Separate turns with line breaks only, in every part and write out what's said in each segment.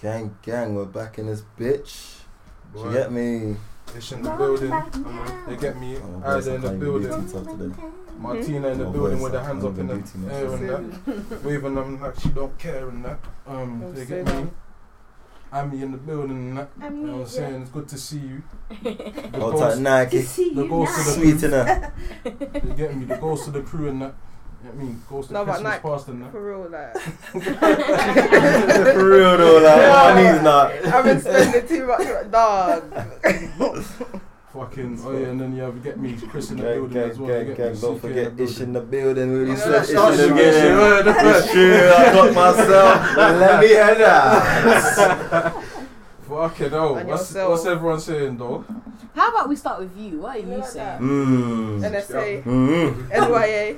Gang, gang, we're back in this bitch. Do
Boy,
You get me?
Ish in the building. Um, they get me.
Oh, boy,
Eyes
so
in the
can't even
building.
do this until today.
Martina in the
Oh, boy,
building
so
with her
I
hands
can't
up in the
even do too much.
air and that, waving them like she don't care and that. Um,
Don't
they
say
get me.
that.
I'm in the building and that. You know what I'm saying? It's good to see you.
Hmm?
The
Hold tight,
goals,
Nike.
the goals to the
Sweet
crew.
enough.
They get me. The goals to the crew and that. I mean, goes to
No, but
Christmas
Nike-
past and that.
For real, like
For real though, like, my knees not.
I've been spending too much, dog.
Fucking, oh yeah, and then yeah, we get me Chris in the
Gang,
building
gang,
as well.
gang,
you get
gang.
me,
Don't
CK in
forget
the
Ish in the
building.
building. We
You
really
know
said
that
Ish
starts
in the
you,
building. It's true, I caught myself. Let me hear that.
Fuck it, oh,
And
what's,
yourself.
what's everyone saying though?
How about we start with you? What are
Yeah,
you
like
saying?
And
Mmm.
I say
Mmm.
NYA.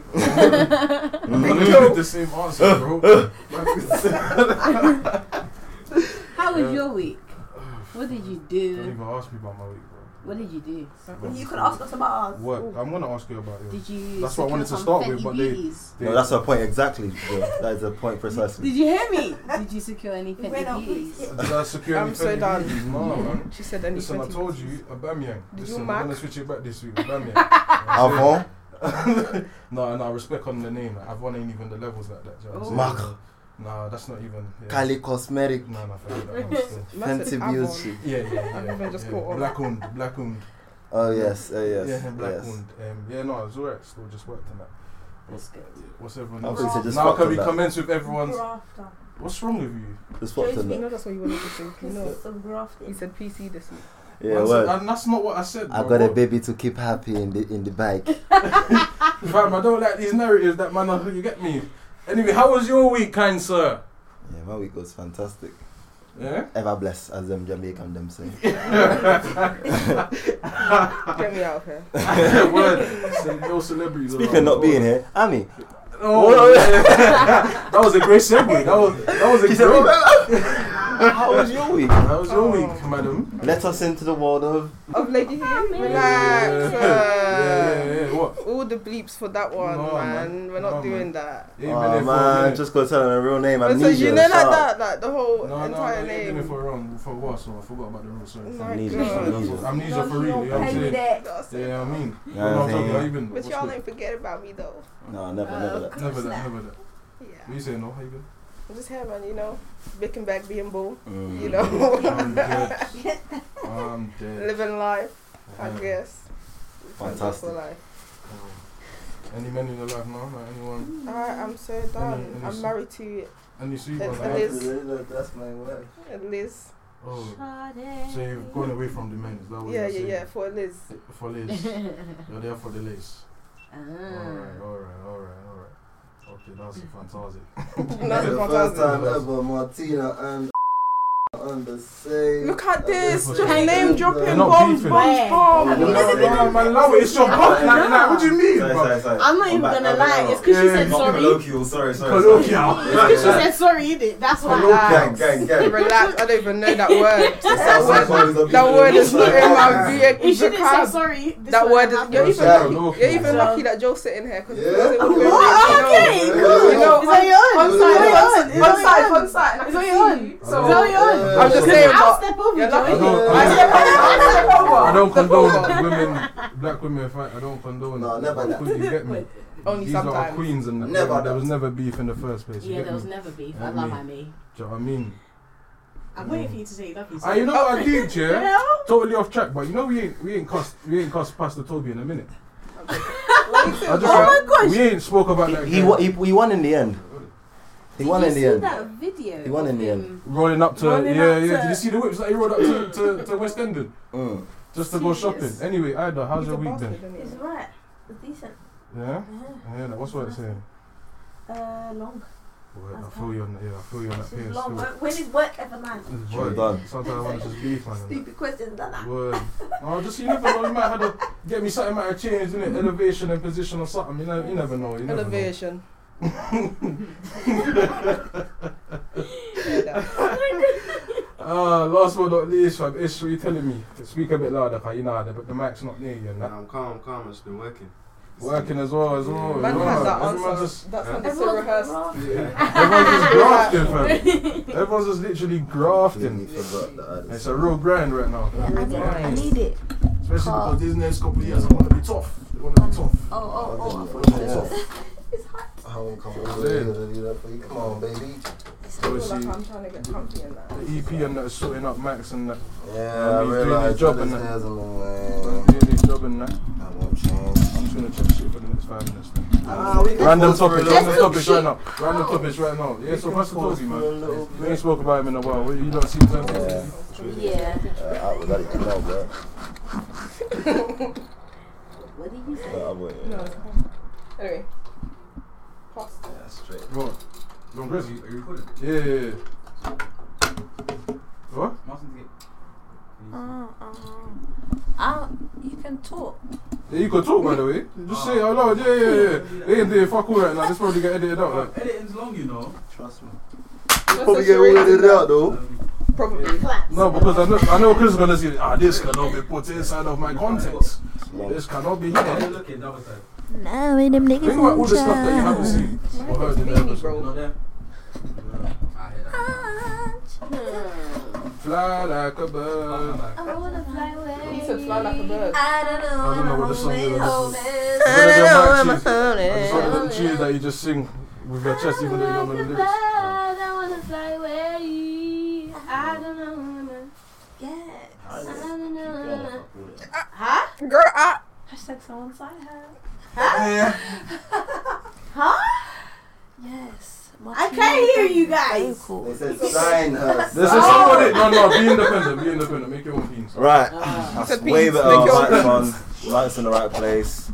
I'm gonna give the same answer, bro.
How
Yeah.
was your week? What did you
Don't
do?
even ask me about my week, bro.
What did you do?
You could ask us about ours.
Work. I'm gonna ask you about it.
Did you?
That's what I wanted to
secure some
start with,
Fenty
but they-
Beauties?
No, that's a point exactly. bro. That is a point precisely.
Did you hear me? did you secure any
We're
Fenty
not
beauties?
police.
Did I secure
I'm
any
so
Fendi
done.
Beauties? No, man.
She said anything.
Listen, I told you, Abamyang.
Did you
Listen,
mark?
I'm gonna switch it back this week. Abamyang.
Avant,
no, no, respect on the name. Like, Avon ain't even the levels like that.
Oh.
do you know what I'm
Mark,
saying? Nah, that's not even. Yeah.
Cali Cosmetic,
Nah, nah, forget that one still.
Fenty Beauty.
Yeah, yeah, yeah.
I've even just
yeah.
caught on.
Black owned, black owned.
Oh yes, oh yes,
Yeah, black
yes.
owned. Um, yeah, no, it's alright. Still just worked on that.
That's good.
What's everyone
I
else?
thought you said just
Now
fucked
can
on
we
that.
commence with everyone's?
Grafter.
What's wrong with you?
Just fucked on
You
that.
know that's what you wanted to say. You
Because
know.
it's some
You
grafting.
said PC this week.
Yeah,
Man said-
well,
and that's not what I said.
I
bro.
got a
What-
baby to keep happy in the in the bike.
Fam, I don't like these narratives that man. are- You get me? Anyway, how was your week, kind sir?
Yeah, my week was fantastic.
Yeah.
Ever blessed, as them Jamaican them say.
Get me out of here.
Word. So, No celebrities.
Speaking
around.
of not being here, Ami,
Oh, yeah. that was a great segue. That was that was a
she
great.
said, "Oh, "How was your week?"
that was your week, madam.
Let us into the world of
Of Lady Hugh.
Yeah, yeah,
Relax.
yeah, yeah.
uh,
What?
All the bleeps for that one,
No,
man.
man.
We're not
No,
doing that.
Even
oh
if
man,
man,
just go tell her her real name.
But so
Amnesia.
you know like
shout.
that, like the whole
no, no, no,
entire
even if
name.
we're wrong for what? So I forgot about the rules. Sorry.
No,
Amnesia,
Oh God.
amnesia.
Amnesia for real. You know what I'm saying?
That's
Yeah,
it.
you know what I
You
mean, you
know what I'm
know what I'm talking
saying?
about. Even
But
what's
y'all
good?
ain't forget about me though.
No, never, never that.
never that, never that. What
Yeah.
you saying? No, how you been?
I'm just here, man. You know, making back, being bull,
Mm.
You know.
I'm dead. I'm dead.
living life. I
Yeah.
guess.
Fantastic.
Successful life.
Any men in your life now? Like anyone?
Alright, I'm so done.
and it's-
I'm married to
Any sweet
It's
ones?
a
Like,
little-
That's my wife.
Liz.
oh, so you've gone away from the men? Is that what
Yeah,
you're
yeah, yeah.
saying?
For Liz.
For lace, you're there for the lace. Alright,
ah.
alright, alright, alright. Okay, that's fantastic.
That's
the
fantastic.
first time ever Martina and on the same.
Look at this.
Just
Just name
They're
dropping
not
bombs,
beefing.
bombs,
Where?
bombs.
We're not beefing.
No, man, love it. It's your book, like, like, what do you mean?
Sorry,
bro?
sorry, sorry.
I'm not even
back,
gonna
I'm
lie.
back,
It's because she
Yeah.
said
Not
sorry.
colloquial, sorry, sorry. sorry.
Colloquial.
It's because she said sorry, innit? That's why.
Gang, gang, gang.
Relax. I don't even know that word. that
That's
word,
why it's a big
that word is
deal.
not in my
If she didn't say
vehicle.
sorry, this
That
wouldn't
word is-
happen.
you're
It's
even
Yeah.
colloquial.
You're even
So-
lucky that Joe's sitting here because
Yeah.
What? Okay,
Yeah.
cool.
You know,
It's on your own.
on
It's
site,
on your own. It's
on
on your
site,
own.
on site.
It's on your own.
So
It's on your own.
Yeah.
I'm just
Listen,
saying,
I'll
but
step over
you're
you,
lucky.
I
Joey.
don't,
I
I
said,
don't,
I said,
I
over.
don't condone women, black women fight. I don't condone.
No,
it.
never that.
Could you get me?
Only
These are our
sometimes.
queens, and that.
Never
there
that.
was never beef in the first place. You
Yeah,
get
there was
me?
never beef.
Yeah,
I love
me.
my me.
Do you know what I mean?
I'm waiting for you to say love you. Oh,
Ah, you know what I did, yeah?
Hello?
Totally off track, but you know we ain't we ain't cussed we ain't cussed Pastor Toby in a minute. I just-
Oh my gosh.
We ain't spoke about that.
He,
guy
wa- he, he won in the end. He
Did
won
you
in the
see
end.
that video?
He won in
of
the end.
him?
rolling up to
Rolling
yeah
up
yeah.
to-
Did you see the whips that he rolled up to to, to West Endon
Mm.
just to go shopping?
Serious.
Anyway, Ida, how's
He's
your
a
week
bastard,
then?
isn't he?
It's right. It's decent.
Yeah,
Yeah.
yeah. That, what's what it's saying?
Uh, long.
Word, I feel you on yeah, I feel you on that
This is
pace.
long.
still.
When- When is work ever nice?
It's
Well
word.
done.
Sometimes I want to just beef man. and
Stupid questions like
that.
that.
Word. Oh, just you never know. You might have to get me something might have changed, innit? Elevation and position or something. You know, you never know. You never
Elevation.
Know. Uh, last but not least, fam, Ish, what you telling me? Speak a bit louder, cause you know the, the mic's not near you. And that.
Nah, I'm calm, I'm calm. It's been working.
working as well Oh, as well.
Man
you know,
has that
everyone
answer.
just,
That's not so
Everyone's
rehearsed.
wrong.
everyone's just grafting, fam. Everyone's just literally grafting.
Completely forgot the others.
It's a real grind right now.
Yeah, I, need, I need it.
Especially
Car.
because these next couple of years, I want to be tough. They want to be tough.
Oh, oh, oh. I
Yeah.
thought it was- It's hot.
I won't come
Yeah.
over here to do that for you. Come on, baby.
It's
I feel
hot.
Obviously,
like I'm trying to get comfy in that.
the EP E and that is sorting up Max and that.
Yeah,
Yeah,
I
he's doing his
realized
job
that this
and that.
has a
I'm
man.
uh, doing his job and that.
I won't change.
I'm just gonna chat shit for the next five minutes. man.
Ah, we can
Random
pause for a
topics,
little
random
bit.
topics right now. Random topics right now. Yeah,
We
so
can
Pastor
pause
Toby,
for a little
man. We ain't
bit.
spoke about him in a while. You don't see him.
Yeah.
Yeah.
Uh, I was at it, you know, bro.
What did you say?
But I wouldn't.
No. Anyway. Pasta.
Yeah, straight.
Bro, don't
Are
press
you, are you recording?
Yeah, yeah, yeah. What?
Martin's gate.
Oh, oh. i you can talk.
Yeah, you could talk by the way. Just say it out loud. Yeah, yeah, yeah. They ain't doing fuck all right now. This probably get edited out. Like.
Editing's long, you know.
Trust me.
That's
Probably
a
get
charade.
weirded out though.
Um,
Probably.
Claps.
No, because I know, I know Chris is gonna say, ah, this cannot be put inside of my context. This cannot be
Yeah,
here.
look at that was like,
Now with them niggas
Think about all the stuff that you
in
haven't seen or heard in the episode.
not there. I hear that.
charge.
Fly like a bird.
Back.
I wanna fly away.
You said fly like a bird.
I don't know.
I don't know what the song is.
is.
One of them
I don't know
might
where my phone
choose- I just want
is.
the little cheers that you just sing with your chest, even though you don't know the lyrics.
I wanna fly away. I don't know. Yes. I don't know.
Girl, I.
Hashtag someone sign her.
Yeah.
Yes.
I can't hear you guys.
They said sign us.
This is somebody. No, no, be independent. Be independent. Make your own things.
Right.
Ah.
I
said
wave it
beans. Make
out.
your
Microphone's Mike's in the right place.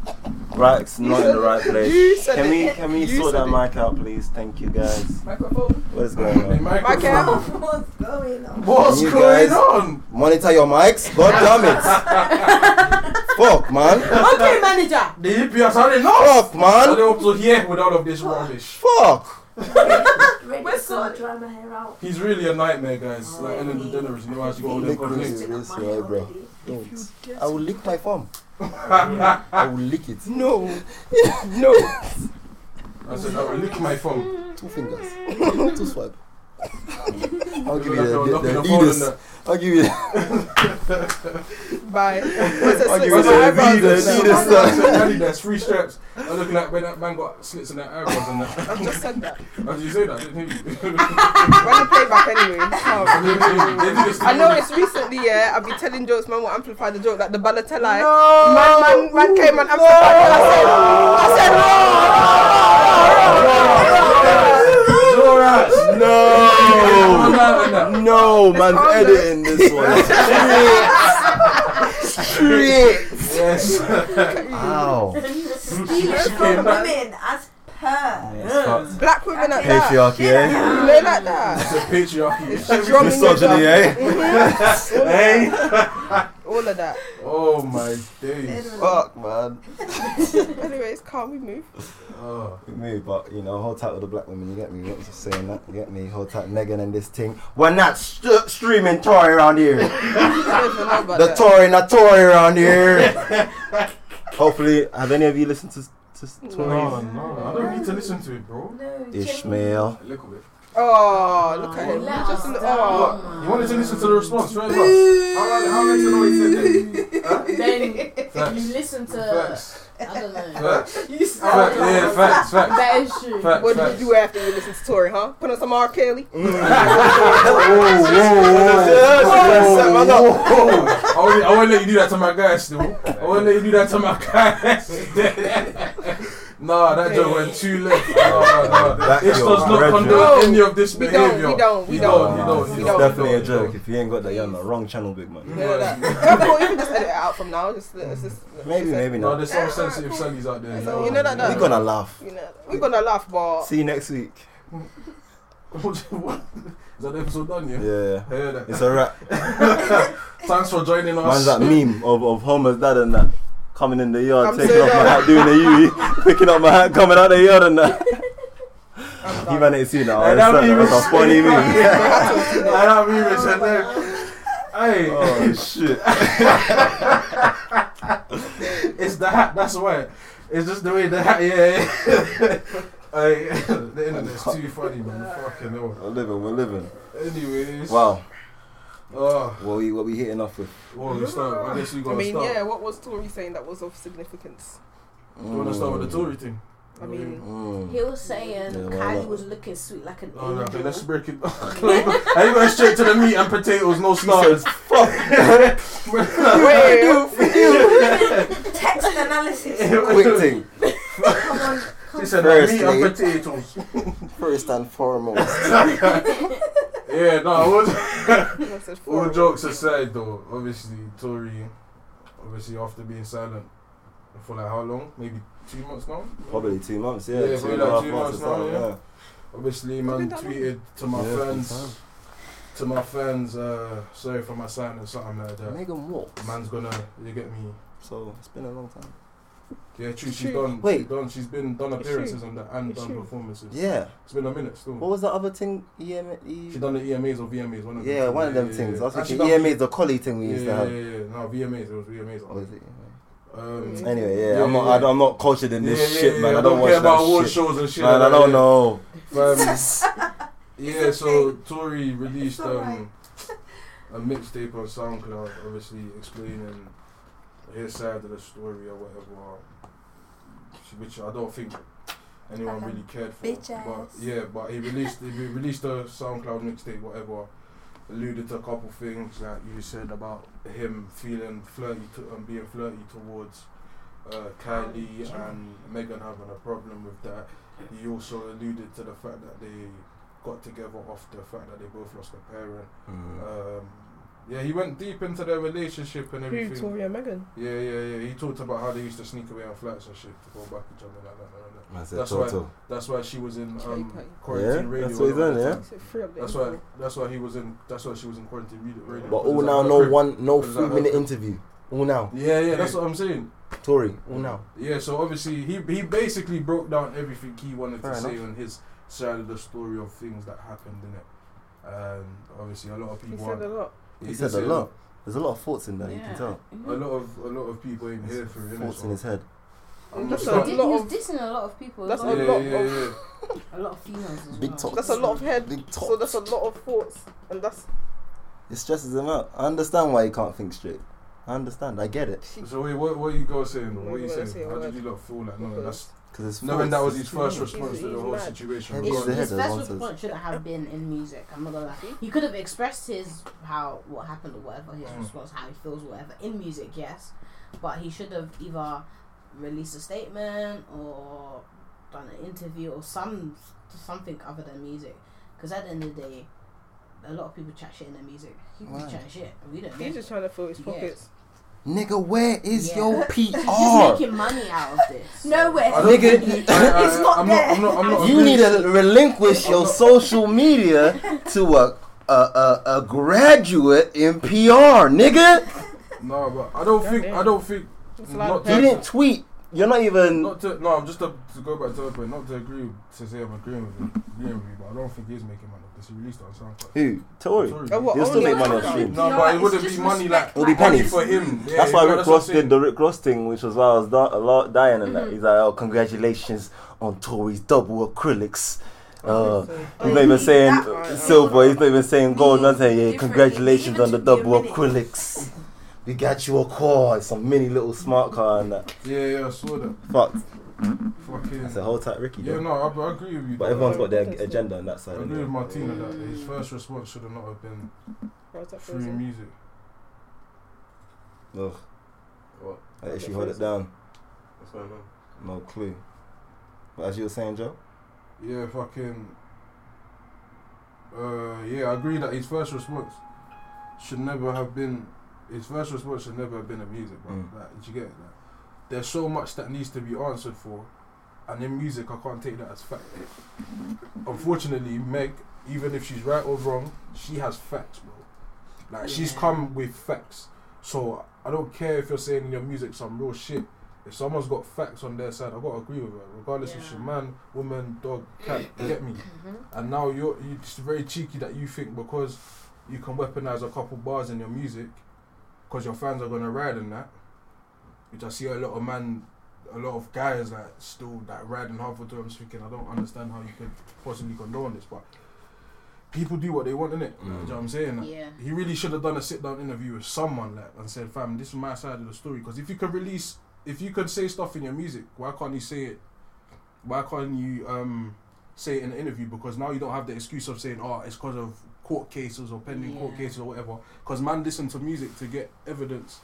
Mike's not in the right place.
You said
can we
it.
can we
You
sort
said
that mic out, please? Thank you guys.
Microphone.
What is going
Hey,
on?
microphone.
Michael.
What's going on?
What's
You
going
guys-
on?
Monitor your mics. God damn it. Fuck man.
Okay, manager.
The EPS are enough.
Fuck
Are
man.
they up to here with all of this rubbish?
Fuck.
Ready
We're
to go
sorry.
dry my hair out.
He's really a nightmare, guys. Like Ellen DeGeneres, you know how she got all them
Lick your
complaints.
lips, yeah, bro. Don't. I will lick my phone. I will lick it.
No.
I said, I will lick my phone.
Two fingers. Two swipe. I'll give you the, the,
Knocking
the
phone in
leaders. I'll give you.
Bye.
I'll give you the leaders. Leaders.
I
sir.
said, Adidas, three straps. I'm looking at when that man got slits in their eyebrows and that.
I've just said that.
How did you say that? I didn't hear you.
When I play back anyway.
They do- they do this thing
I know
with-
it's recently, yeah. I'll be telling jokes, man will amplify the joke, like the Balotelli. Man, man, man came and amplified. I said, I
Alright.
Oh,
No.
man, man, man.
No, man's
harmless.
editing this one. Shit. Shit.
Yes.
Ow.
Stealing
came
from
back.
women as per.
said, black women at that.
Patriarchy, eh?
You lay like that.
It's a patriarchy.
She's drumming it
Misogyny,
down.
eh? Hey.
All of that.
Oh my days.
Fuck, man.
Anyways, can't we move?
Oh.
Me, but you know, hold tight with the black women. You get me? What's saying that? You get me? Hold tight, Megan and this thing. We're not st- streaming Tory around here.
You don't even know about
The
that.
Tory, not Tory around here. Hopefully, have any of you listened to to
No,
Tory?
no. I don't need to listen to it, bro.
Ishmael.
A little bit.
Oh, look at him.
Let
Just a
us
little.
down.
Oh.
What? You wanted to listen to the response, right? Bro? How long? How long ago he said that? Huh?
then you
Facts.
listen to
Facts.
I don't know.
Facts.
You s-
Facts. Yeah, facts. Facts.
That is true.
Facts.
What did
facts.
you do after you listened to Tory, huh? Put on some R. Kelly?
I won't, I won't let you do that to my guys, still. I won't let you do that to my guys. nah, that joke went too left. Nah, nah.
That
This
joke
does not
red
condone
joke.
any of this
We don't,
behavior.
we don't, we
You you
don't.
Nah,
don't,
It's
you don't,
definitely
you
a
don't.
joke. If you ain't got that, you're on the wrong channel, big man.
Yeah, that. No, but we can just edit it out from now. Just, let's just
Maybe, maybe
No,
not.
there's some sensitive Sallys out there.
You know that,
We're gonna laugh.
You know, we're gonna laugh, but
See you next week.
What? Is that episode done, yeah?
Yeah,
I heard that.
it's a wrap.
Thanks for joining
Man's
us.
that meme of, of Homer's dad and that coming in the yard,
I'm
taking
so
off my
done.
hat, doing a U, picking up my hat, coming out the yard and that. You man ain't seen that.
Hey,
one,
that
son. That
meme
was a funny meme.
is- I don't mean it, said Hey,
Oh shit.
it's the hat. That's why. It's just the way that, yeah. Like, the internet's too funny, man. Fucking hell.
We're living, we're living.
Anyways.
Wow.
Oh,
What we what we hitting off with?
well, we start. I guess we
I
gotta
mean,
start.
yeah, what was Tory saying that was of significance?
You wanna start with the Tory thing?
I mean,
Mm.
He was saying
Yeah, why
Kylie
not?
was looking sweet like an
uh, Oh, no, okay,
angel.
let's break it. Are you going straight to the meat and potatoes, no starters?
Text analysis.
Quick thing.
Come on.
She said the meat and
Firstly.
potatoes.
First and foremost.
Yeah, no, I was.
I said
All
four.
jokes aside, though, obviously Tory, obviously after being silent for like how long? Maybe two months now.
Probably two months, yeah.
Yeah,
two
probably
and a
like
half
two
months,
months now,
or something,
yeah.
yeah.
Obviously, man
Been that long?
tweeted to my
Yeah,
fans, to my fans, uh, sorry for my silence, something like that.
Megan walks.
Man's gonna, you get me.
So it's been a long time.
Yeah, true. She's
True.
done.
Wait.
she's done. She's been done
It's
appearances on that and
It's
done
true.
performances.
Yeah.
It's been a minute still.
What was the other thing? E EM,
She done the EMAs or VMAs, one of them.
Yeah, one of them things. E I was
And she
thinking
done-
EMA, the collie thing we
Yeah,
used
yeah,
to have.
yeah, yeah. No, VMAs. It was VMAs.
What is it?
Um,
Yeah.
Anyway, yeah,
Yeah,
I'm not.
yeah, yeah.
I, am not cultured in this shit, man. I don't,
care
watch
about award
that shit.
shows and shit.
Man, I
like
don't
that.
know.
Um, yeah, so Tory released um, a mixtape on SoundCloud, obviously explaining his side of the story or whatever, which I don't think anyone really cared for.
Bitch
But
ass.
yeah, but he released he released a SoundCloud mixtape, whatever. Alluded to a couple things that you said about him feeling flirty to, and being flirty towards uh, Kylie and Megan having a problem with that. He also alluded to the fact that they got together off the fact that they both lost a parent.
Hmm.
Um, yeah, he went deep into their relationship and
Who,
everything.
Tory and Megan?
Yeah, yeah, yeah. He talked about how they used to sneak away on flights and shit to go back each other like that. Like that.
I said
That's
Toto.
That's why she was in um,
Okay.
quarantine
Yeah,
radio.
that's what he's
and all
done,
that
yeah?
time.
So three of them.
That's why. That's why he was in. That's why she was in quarantine radio. radio
But
because
all
of
now,
her
no
crib.
one, no
Because of her
three-minute
crib.
interview. All now,
Yeah, yeah. That's what I'm saying.
Tory. All now.
Yeah. So obviously he he basically broke down everything he wanted
Fair
to say
enough.
on his side of the story of things that happened in it. Um, obviously a lot of
He
people.
said
aren't-
a lot.
He said a
said
lot. There's a lot of thoughts in there. You
Yeah. Mm-hmm.
can tell.
A lot of a lot of people ain't here for it.
Thoughts in his head.
I'm
That's
just
a
like-
lot
He
of-
was dissing a lot of people. as
That's
yeah,
well.
a
yeah,
lot
yeah,
of-
yeah.
A lot of females as
Big
well.
talk.
That's a lot of head.
Big
So
talk.
that's a lot of thoughts, and that's
It stresses him out. I understand why he can't think straight. I understand. I get it.
she.
So wait, what what you guys saying? What you
I'm gonna
saying?
say a
How
word.
did you lot feel like knowing that's
Because
Because it's
knowing that
thoughts.
was his first
It's-
response to the
he's
whole
mad.
situation?
He's
Go on.
the head
His
as
first
one says.
response shouldn't have been in music. I'm not gonna lie. He could have expressed his how what happened or whatever his
Mm.
response, how he feels, whatever in music, yes. But he should have either released a statement or done an interview or some something other than music. Because at the end of the day, a lot of people chat shit in their music. He could
Right.
be chatting shit, and we don't.
He's
know.
just trying to fill his
Yeah.
pockets.
Nigga, where is
Yeah.
your
He's
PR?
making money out of this.
No way.
I don't
Nigga,
think- I- I-
it's not
I'm
there.
I'm not. I'm not.
you need to relinquish
I'm
your
not-
social media to a a, a a graduate in PR, nigga.
No, but I don't think. I don't think.
It's
Not
like
to-
You didn't tweet. You're not even.
Not to. No, just to, to go back to her point. Not to agree with, to say I'm agreeing with you. Agreeing with you, but I don't think he is making money because he released it on SoundCloud.
Who? Tory.
Sorry.
Oh, what,
You'll still
only-
make money on stream.
No,
You know
but
what,
it
it's
wouldn't be
just
money like
respect,
It'll be
like,
money
pennies.
for him. Yeah,
that's why
no,
Rick
what I'm
Ross did
saying.
the Rick Ross thing, which was why I was da- a lot dying and
Mm-hmm.
that. He's like, oh, congratulations on Tory's double acrylics.
Oh,
Uh, he's not even saying
That
uh,
was-
silver, he's not even saying gold. He's saying, yeah,
Differently.
congratulations
Even
on the
took me a
double
minute.
acrylics. We got you a car, some mini little smart car and that.
Yeah, yeah, I saw that.
Fuck.
Fucking.
That's a whole tight Ricky,
Yeah,
though.
no, I, I agree with you.
But
though.
everyone's got their ag- agenda on that
I
side.
agree
innit?
with Martina that his first response should have not have been
Why is that
through
frozen?
music.
Ugh,
What?
like, if she hold it down,
What's going on?
no clue. But as you were saying, Joe?
Yeah, fucking. Uh, yeah, I agree that his first response should never have been. His first response should never have been a music, bro.
Mm.
Like, did you get it? Like, there's so much that needs to be answered for, and in music, I can't take that as fact. Unfortunately, Meg, even if she's right or wrong, she has facts, bro. Like, she's
Yeah.
come with facts. So, I don't care if you're saying in your music some real shit. If someone's got facts on their side, I've got to agree with her, regardless if she's
Yeah.
man, woman, dog, cat, you get me? And now you're, you it's very cheeky that you think because you can weaponize a couple bars in your music, because your fans are gonna ride in that, which I see a lot of man a lot of guys like still like riding hard for them thinking I don't understand how you could possibly condone this, but people do what they want, innit? it. Do you know what I'm saying? Like,
Yeah.
He really should have done a sit down interview with someone like and said, fam, this is my side of the story. Because if you could release, if you could say stuff in your music, why can't you say it? Why can't you um, say it in an interview? Because now you don't have the excuse of saying, oh, it's because of court cases or pending court
Yeah.
cases or whatever. Because man listen to music to get evidence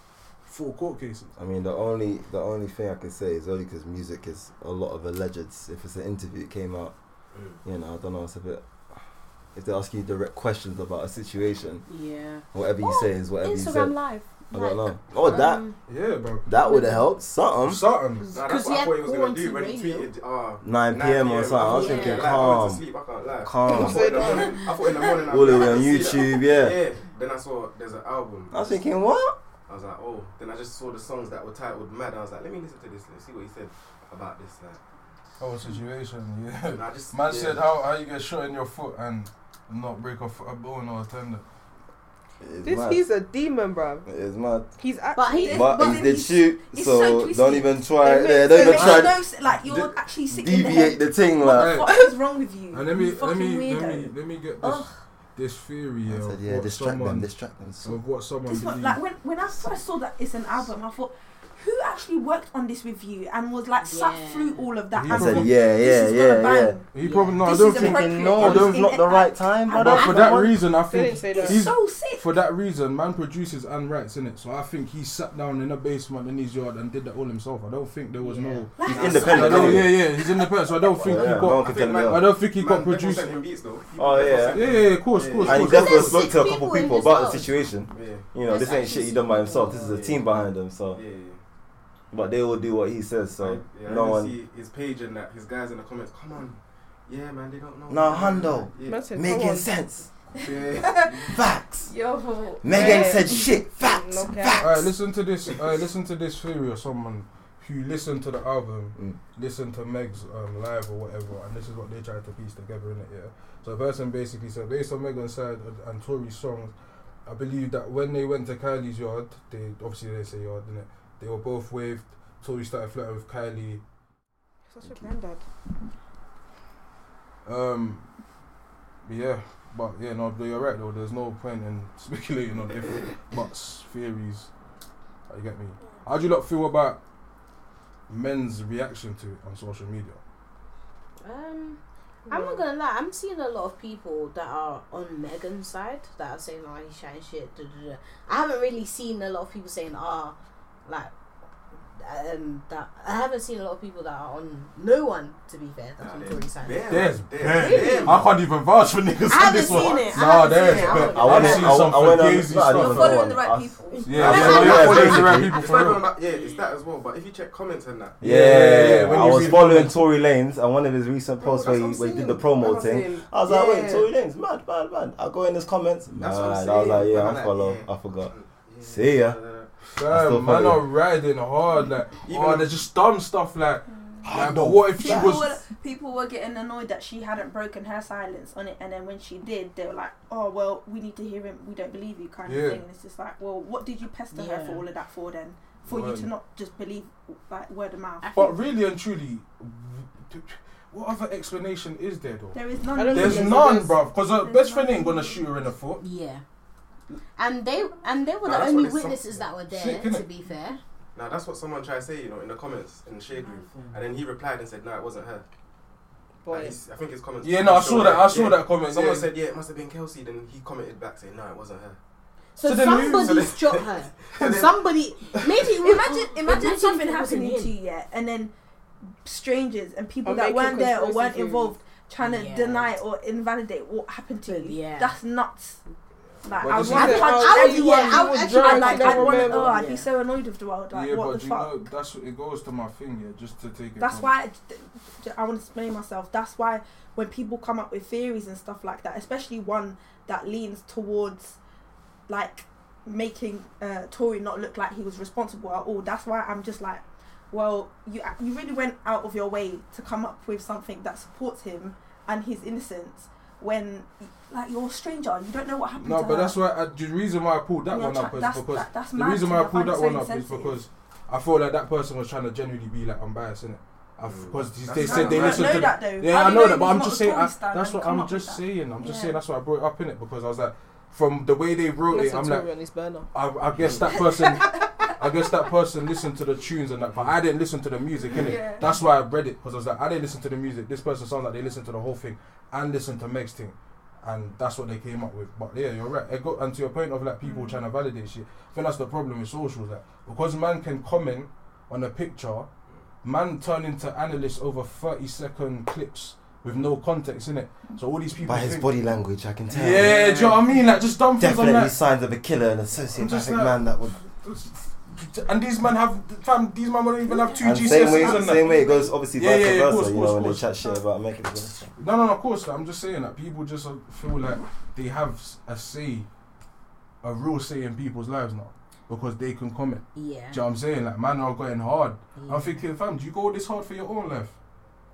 for court cases.
I mean, the only the only thing I can say is only because music is a lot of alleges. If it's an interview, it came out.
Mm.
You know, I don't know. It's a bit. If they ask you direct questions about a situation,
Yeah.
whatever you say is whatever you
Instagram
said.
Live.
I don't know. Oh, that
Mm.
Um,
Yeah, bro.
that would have helped something.
Something.
Nah,
Because
that's
he
what I thought he
had
was
all
gonna
on
do when he
TV radio.
tweeted. Ah,
9 p.m. or something. I was
Yeah.
thinking,
like, I went to
calm,
sleep. I can't lie. I
calm.
thought in the morning. I thought in the morning. I
All the way
I
on
see that.
YouTube, yeah.
Yeah. Then I saw there's an album.
I was thinking, what?
I was like, oh. Then I just saw the songs that were titled Mad. I was like, let me listen to this. Let's see what he said about this. Like,
Oh, situation.
and I just
Man
yeah.
said, how, how you get shot in your foot and not break off a bone or a tendon?
It's
This
mad.
he's a demon, bruv.
It's mad.
He's actually.
But he.
But,
but
he did
it's-
shoot,
it's so
so
twisted.
don't even try.
It
Yeah,
makes
don't even
It
sense.
try to
makes no s- like you're
de-
actually sick in the
deviate
head.
the thing, like.
Hey.
What the hell's wrong with you?
And let me
you
let
fucking
me
weirdo.
let me let me get this
Ugh.
this theory
I
of
said, yeah,
what
distract
someone
them, distract them. So
of what someone
This one,
believes.
like when, when I first saw that it's an album, I thought, who actually worked on this with you and was like sat
Yeah.
through all of that?
He
I
and
said,
thought,
said, yeah,
this
yeah,
is gonna
yeah, yeah.
bang.
he probably no, I
This
don't
is
think.
appropriate.
Thinking, no,
It's
that was
in
not the
it,
right
like,
time,
I
brother.
But
don't
for
know
that
what-
reason, I
They didn't
think
say that.
It's
he's
so sick.
for that reason man produces and writes in it. So I think he sat down in a basement in his yard and did that all himself. I don't think there was no.
Like,
He's
that's
independent,
I
so-
don't-
isn't
yeah, yeah, he's independent. So I don't think
Yeah,
he
no one
got.
can tell him
I
I
think
no.
don't think he got
Man, people
produced.
sent him beats though. People
Oh,
definitely
yeah.
sent
Yeah,
him
yeah, yeah, of course,
Yeah,
of
yeah.
course,
And he
of course.
definitely
there's
spoke
six
to a couple
people in
people
this
about the
world.
situation.
Yeah,
You know,
There's
this ain't
actually
shit he done by himself. This is a
people.
team behind him,
yeah,
so.
yeah.
But they all do what he says,
So
so
I, yeah,
no
I
one.
See his page and that his guys in the comments. Come on, yeah, man, they don't know.
Nah, Hondo.
Yeah,
Man said, come
Megan
on.
sense.
yeah.
Facts.
Yo.
Megan
Yeah.
said shit. Facts.
No cap.
Facts.
Alright, listen to this. Uh, listen to this theory of someone who listened to the album, listened to Meg's um, live or whatever, and this is what they tried to piece together in it. Yeah. So the person basically said, based on Megan's side and, and Tory's songs, I believe that when they went to Kylie's yard, they obviously they say yard, didn't it? They were both waved. Tory started flirting with Kylie.
Such a granddad.
Um, yeah, but yeah, no, but you're right though. There's no point in speculating on different much theories. You get me? How do you lot feel about men's reaction to it on social media?
Um, I'm not gonna lie. I'm seeing a lot of people that are on Megan's side that are saying, "Oh, he's shouting shit." Da, da, da. I haven't really seen a lot of people saying, "Ah, like." Um, that I haven't seen a lot of people that are on no one to be fair that's on Tory side.
Damn,
There's
damn,
Really?
I can't even vouch for niggas.
I haven't seen it. I
Nah,
haven't
there's
seen it. I
bare-
haven't.
I went
I've
on-
seen
I-
some
I went on-
fugazi
no, I
stuff.
didn't
You're
No
following
one.
the right
I-
people.
Yeah,
I
yeah,
haven't
yeah, yeah,
seen it.
yeah, yeah.
It's not even about yeah, it's that as well. But if you check comments and that,
Yeah,
when
I
you
was
read-
following Tory Lanez and one of his recent
Bro,
posts where
that's
he,
what I'm
where he did
saying.
the promo
That's what
thing.
I'm saying.
I was like,
Yeah.
wait, Tory Lanez, mad, mad, mad. I go in his comments, mad.
That's what I'm
I was
saying.
like, yeah,
I'm
I follow.
like, yeah.
I forgot.
Yeah. Uh,
See ya. I still
Damn, man
follow
are riding hard. Like,
Even- Mm.
oh, there's just dumb stuff. Like,
I
like
know.
but what if she
People
was?
were, people were getting annoyed that she hadn't broken her silence on it, and then when she did, they were like, "Oh well, we need to hear him. We don't believe you," kind
Yeah.
of thing. And it's just like, well, what did you pester her for
Yeah.
all of that for then? For you to
Word.
not just believe like word of mouth.
I think-
But really and truly, what other explanation is there though?
There is none.
I don't
There's
Yes,
none,
yes.
bruv, because her
There's
best friend
none.
ain't gonna shoot her in the foot.
Yeah. And they and they were
Nah,
the
that's
only
what they-
witnesses that were there.
Sick,
to
innit?
be fair,
Now that's what someone tried to say, you know, in the comments in the shade room,
Mm.
and then he replied and said, "No, it wasn't her." Like,
Boy.
he's- I think his comments.
Yeah, no, I saw that. I saw
yeah.
that comment.
Someone
yeah.
said, "Yeah, it must have been Kelsey." Then he commented back saying, "No, it wasn't her."
so,
So then who-
somebody
so then-
shot her.
so then-
somebody maybe it was-
imagine,
oh,
imagine
if
something
it wasn't
happening
him.
to you, yeah, and then strangers and people
Or
that
making
weren't there or
conspiracy
weren't
theories.
involved trying to
Yeah.
deny or invalidate what happened to
But
you.
yeah.
That's nuts. Like,
But this
I would
is the-
punch
I would-
everyone.
yeah, I would
I'd
actually
like,
like
I'd
never
want
remember.
oh, I'd be
Yeah.
so annoyed with the world. Like,
yeah,
what
but
the
you
fuck?
know, that's what it goes to my thing, yeah, just to take it.
That's
from-
why d- d- I want to explain myself. That's why when people come up with theories and stuff like that, especially one that leans towards like making uh, Tory not look like he was responsible at all. That's why I'm just like, well, you a- you really went out of your way to come up with something that supports him and his innocence when like you're a stranger, you don't know what happened.
No,
to
but
her.
that's why I, the reason why I pulled that
And you're
one
try-
up is
that's-
because
that- that's
the
mad
reason
to
why I
me. I
pulled
find it
that
so
one up is
insensitive.
because I feel like that person was trying to genuinely be like unbiased, innit?
Mm.
Because
That's
they
not
said they
right.
listen
I
to
know
the-
that though.
yeah,
How
I
do
know
you
that, but
he's
I'm
not
just
the
saying. I,
Tory stand
that's
and
what
come
I'm
up with
just
that?
saying. I'm just
Yeah.
saying that's why I brought it up in it because I was like, from the way they wrote it, I'm like,
on his burner.
I, I guess that person, I guess that person listened to the tunes and that, but I didn't listen to the music, innit?
Yeah.
That's why I read it because I was like, I didn't listen to the music. This person sounds like they listened to the whole thing and listened to Meg's thing, and that's what they came up with. But yeah, you're right. It got, and to your point of like people trying to validate shit, I think that's the problem with socials. Like because man can comment on a picture, man turn into analysts over thirty second clips with no context in it. So all these people
By his
think-
body language, I can tell.
Yeah, do you know what I mean? Like just dumb things on
Definitely
that.
signs of a killer and a
I'm just
sociopathic
like-
man that would.
And these men have, fam, these men don't even have two
And same way,
GCSEs and that.
same way it goes obviously
Yeah,
vice
yeah, yeah,
versa.
course,
you
course,
know when they
course.
chat shit about Megan. as well.
No, no, no, of course. I'm just saying that people just uh, feel like they have s- a say, a real say in people's lives now because they can comment.
Yeah.
Do you know what I'm saying? Like, man are going hard.
yeah.
I'm thinking, fam, do you go this hard for your own life?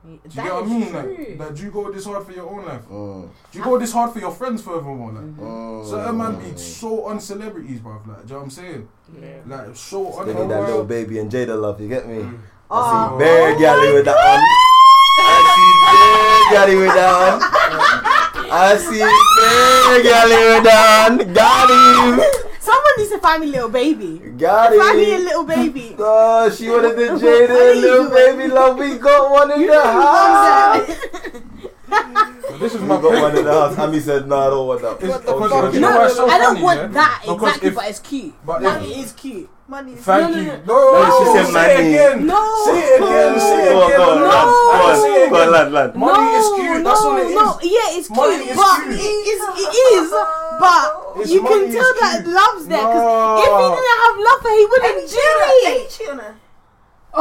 Do you
Do you get what I mean? Like, like, do you go this hard for your own life?
Mm,
Do you go this hard for your friends furthermore? Like,
mm.
certain man be so on celebrities, bruv. Like, do you know what I'm saying?
Yeah.
Like, so on.
They need that little baby and Jada love. You get me? I
Oh,
see Bear Galley with that on. I see Bear Galley with that on. I see Bear Galley with that on. Got
Someone needs to find me little baby.
him. Got
Find me a
him.
little baby.
Oh, she wanted the Jada and little baby love. We got one in
Ah.
the house.
This is
We
my
got one in the house. Ami said, "No, I don't want that." Oh,
It's-
What the
because-
fuck?
because you
no,
know why it's so
I don't
funny,
want
yeah?
that
Because
exactly,
if-
but it's cute.
But
Like,
if-
it is cute.
Money. is-
Thank
No, no,
you.
no.
No, she
No,
said
say it
money.
again.
No.
Say it again. Say it
Go on,
again.
go on,
No.
lad. Go on,
Say it
go on,
again.
lad, lad.
Money
no,
is cute. That's all it is.
no, No, yeah, it's
Money
cute,
is
but
cute.
it is, it is, but
It's
you
money
can
is
tell that
cute.
love's there. Because if he
No.
didn't have love for, her, he
Any
wouldn't do
cheat on her? Any
it.
cheat on her?
Oh.
Shit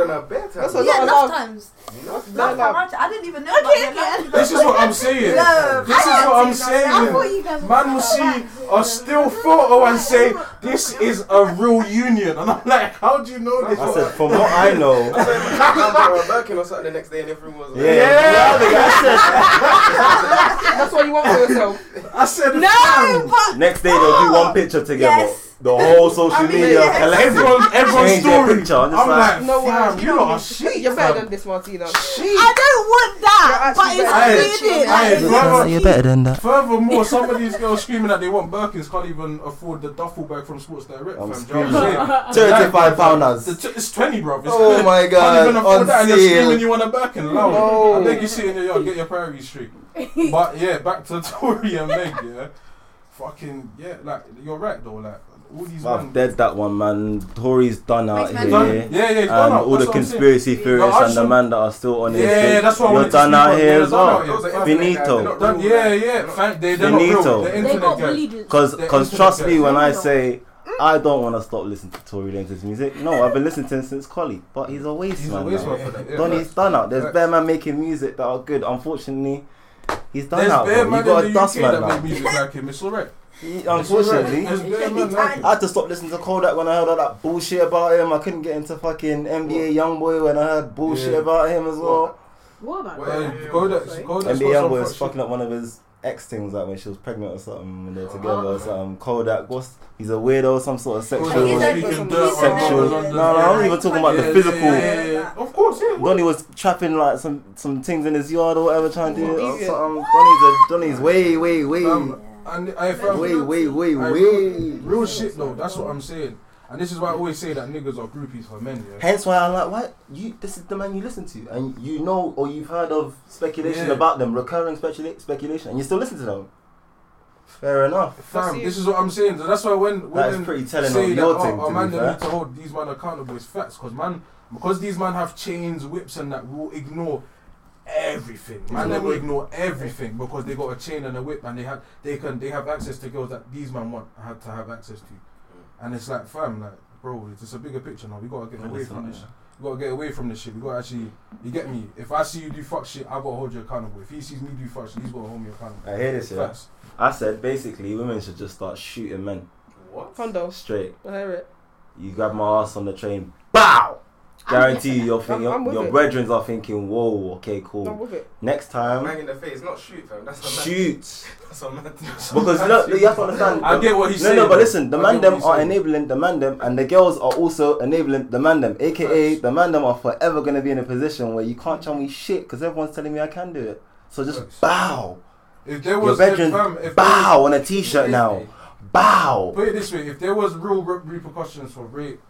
on her bedtime.
That's a
Yeah,
lot of
love
love.
times.
Nothing.
Love
love.
time. aren't you? I didn't even know. Okay, okay.
This is what I'm saying.
Love.
This is
I
what I'm
don't see love.
I thought
saying.
you guys were
Man will see a still photo and say, "This is a real union," and I'm like, "How do you know this?"
I said, "From what I know."
I remember Birkin or something the next day and everyone was like,
Yeah, yeah. the guy said.
That's what you want for yourself.
I said,
No,
"Fam."
but
Next day they'll do one picture together.
Yes.
The whole social
I mean,
media
yes.
collective.
Everyone, everyone's
Change their
story.
picture, I'm
I'm
just
like,
like,
No
"Fam,
way.
you lot are shit."
You're better than
fam."
this, Martina.
I don't want that. But
You're actually
it's
better
Hey,
than
cute.
cheating.
innit?
hey, brother.
You're better than that.
Furthermore, some of these girls screaming that they want Birkins can't even afford the duffel bag from Sports Direct.
I'm
fam, do you know what I'm saying?
Thirty-five pounders.
The t- it's 20, bro. It's
Oh
20.
my
Can't even
God,
afford
on
that and you're
sale.
screaming you want a Birkin. Loud.
No.
I think you sit in your yard, get your priority street. But yeah, back to Tory and Meg, yeah. Fucking, yeah, like, you're right though, like, all these
I've
men.
dead that one man. Tory's done out
Makes
here.
Done- yeah, yeah, it's
And
done out.
all
That's
the
what I'm saying.
conspiracy theorists
No, I
and the
just-
man that are still on
Yeah,
this.
yeah, that's what I
You're
wanted to
done
speak
out
on.
here
Yeah,
as
done
well.
out here.
Those are
Done-
internet guys, they're not
Done,
real.
yeah, yeah, thank, they, they're not real.
Finito.
They're
They
internet
got
guys.
bleeders.
Cause,
The
'cause
internet
trust me
guys.
when I say I don't want to stop listening to Tory Lanez's music. No, I've been listening to him since Collie, but he's a waste
He's
man.
always
now.
one for that. yeah,
Donny's done out. There's
Facts.
bare man making music that are good. Unfortunately, he's done
There's
out.
bare
bro. You
man
got
in
a
the UK
dust man
that make
now.
music like him. It's alright.
He-
It's alright.
Unfortunately,
There's bare man like him.
I had to stop listening to Kodak when I heard all that bullshit about him. I couldn't get into fucking NBA YoungBoy when I heard bullshit
Yeah.
about him as well.
What about
Well,
that?
Well, Kodak's-
Sorry.
Kodak's
NBA
got
YoungBoy was
some
fucking up one of his ex things, like when she was pregnant or something, when they were together
Oh.
or something. Kodak, what's he's a weirdo, some sort of sexual.
Kodak was
Donny
speaking sexual-
no, no, I'm even talking about the
Yeah,
physical.
yeah, yeah, yeah. Of course, yeah. what-
was trapping like some some things in his yard or whatever, trying to do it. or
Idiot.
something. Donny's a Donny's way, way, way,
Um, and I found
way, way, way,
I-
way.
real shit though. That's what I'm saying. And this is why I always say that niggas are groupies for men. Yeah.
Hence why I'm like, what? You this is the man you listen to, and you know or you've heard of speculation
Yeah.
about them, recurring specula- speculation, and you still listen to them. Fair enough.
Fam, this is what I'm saying. So that's why when
That is
women
pretty telling
say
on
that,
your
oh,
thing,
oh,
to
man,
be
they
fair.
need to hold these man accountable is facts. Cause man, because these man have chains, whips, and that will ignore everything. Man, they will ignore everything because they got a chain and a whip, and they have they can they have access to girls that these man want had to have access to. And it's like, fam, like, bro, it's just a bigger picture now. We gotta get away from this. You gotta get away from this shit. You gotta actually, you get me. If I see you do fuck shit, I gotta hold you accountable. If he sees me do fuck shit, he's gotta hold me accountable.
I hear this, yeah.
Facts.
I said basically, women should just start shooting men
What?
Condo.
straight.
I hear it.
You grab my ass on the train, bow.
Guarantee you're thinking,
I'm with
your
it.
brethrens are thinking, whoa, okay,
I'm
cool.
with it.
Next time,
Bang in the face, not shoot, fam. That's a mad-
shoot.
That's a mad
Because look, you have to understand.
I get what he's
no,
saying.
no, but listen, the
I
man
get what
them
he's
are
saying.
enabling the man them, and the girls are also enabling the man them. AKA,
Facts.
the man them are forever gonna be in a position where you can't tell me shit because everyone's telling me I can do it. So just
Facts.
bow.
If there
Your
was
bedroom,
if, fam, if there
bow
was-
on a t-shirt now. Bow.
Put it this way: if there was real re- repercussions for rape,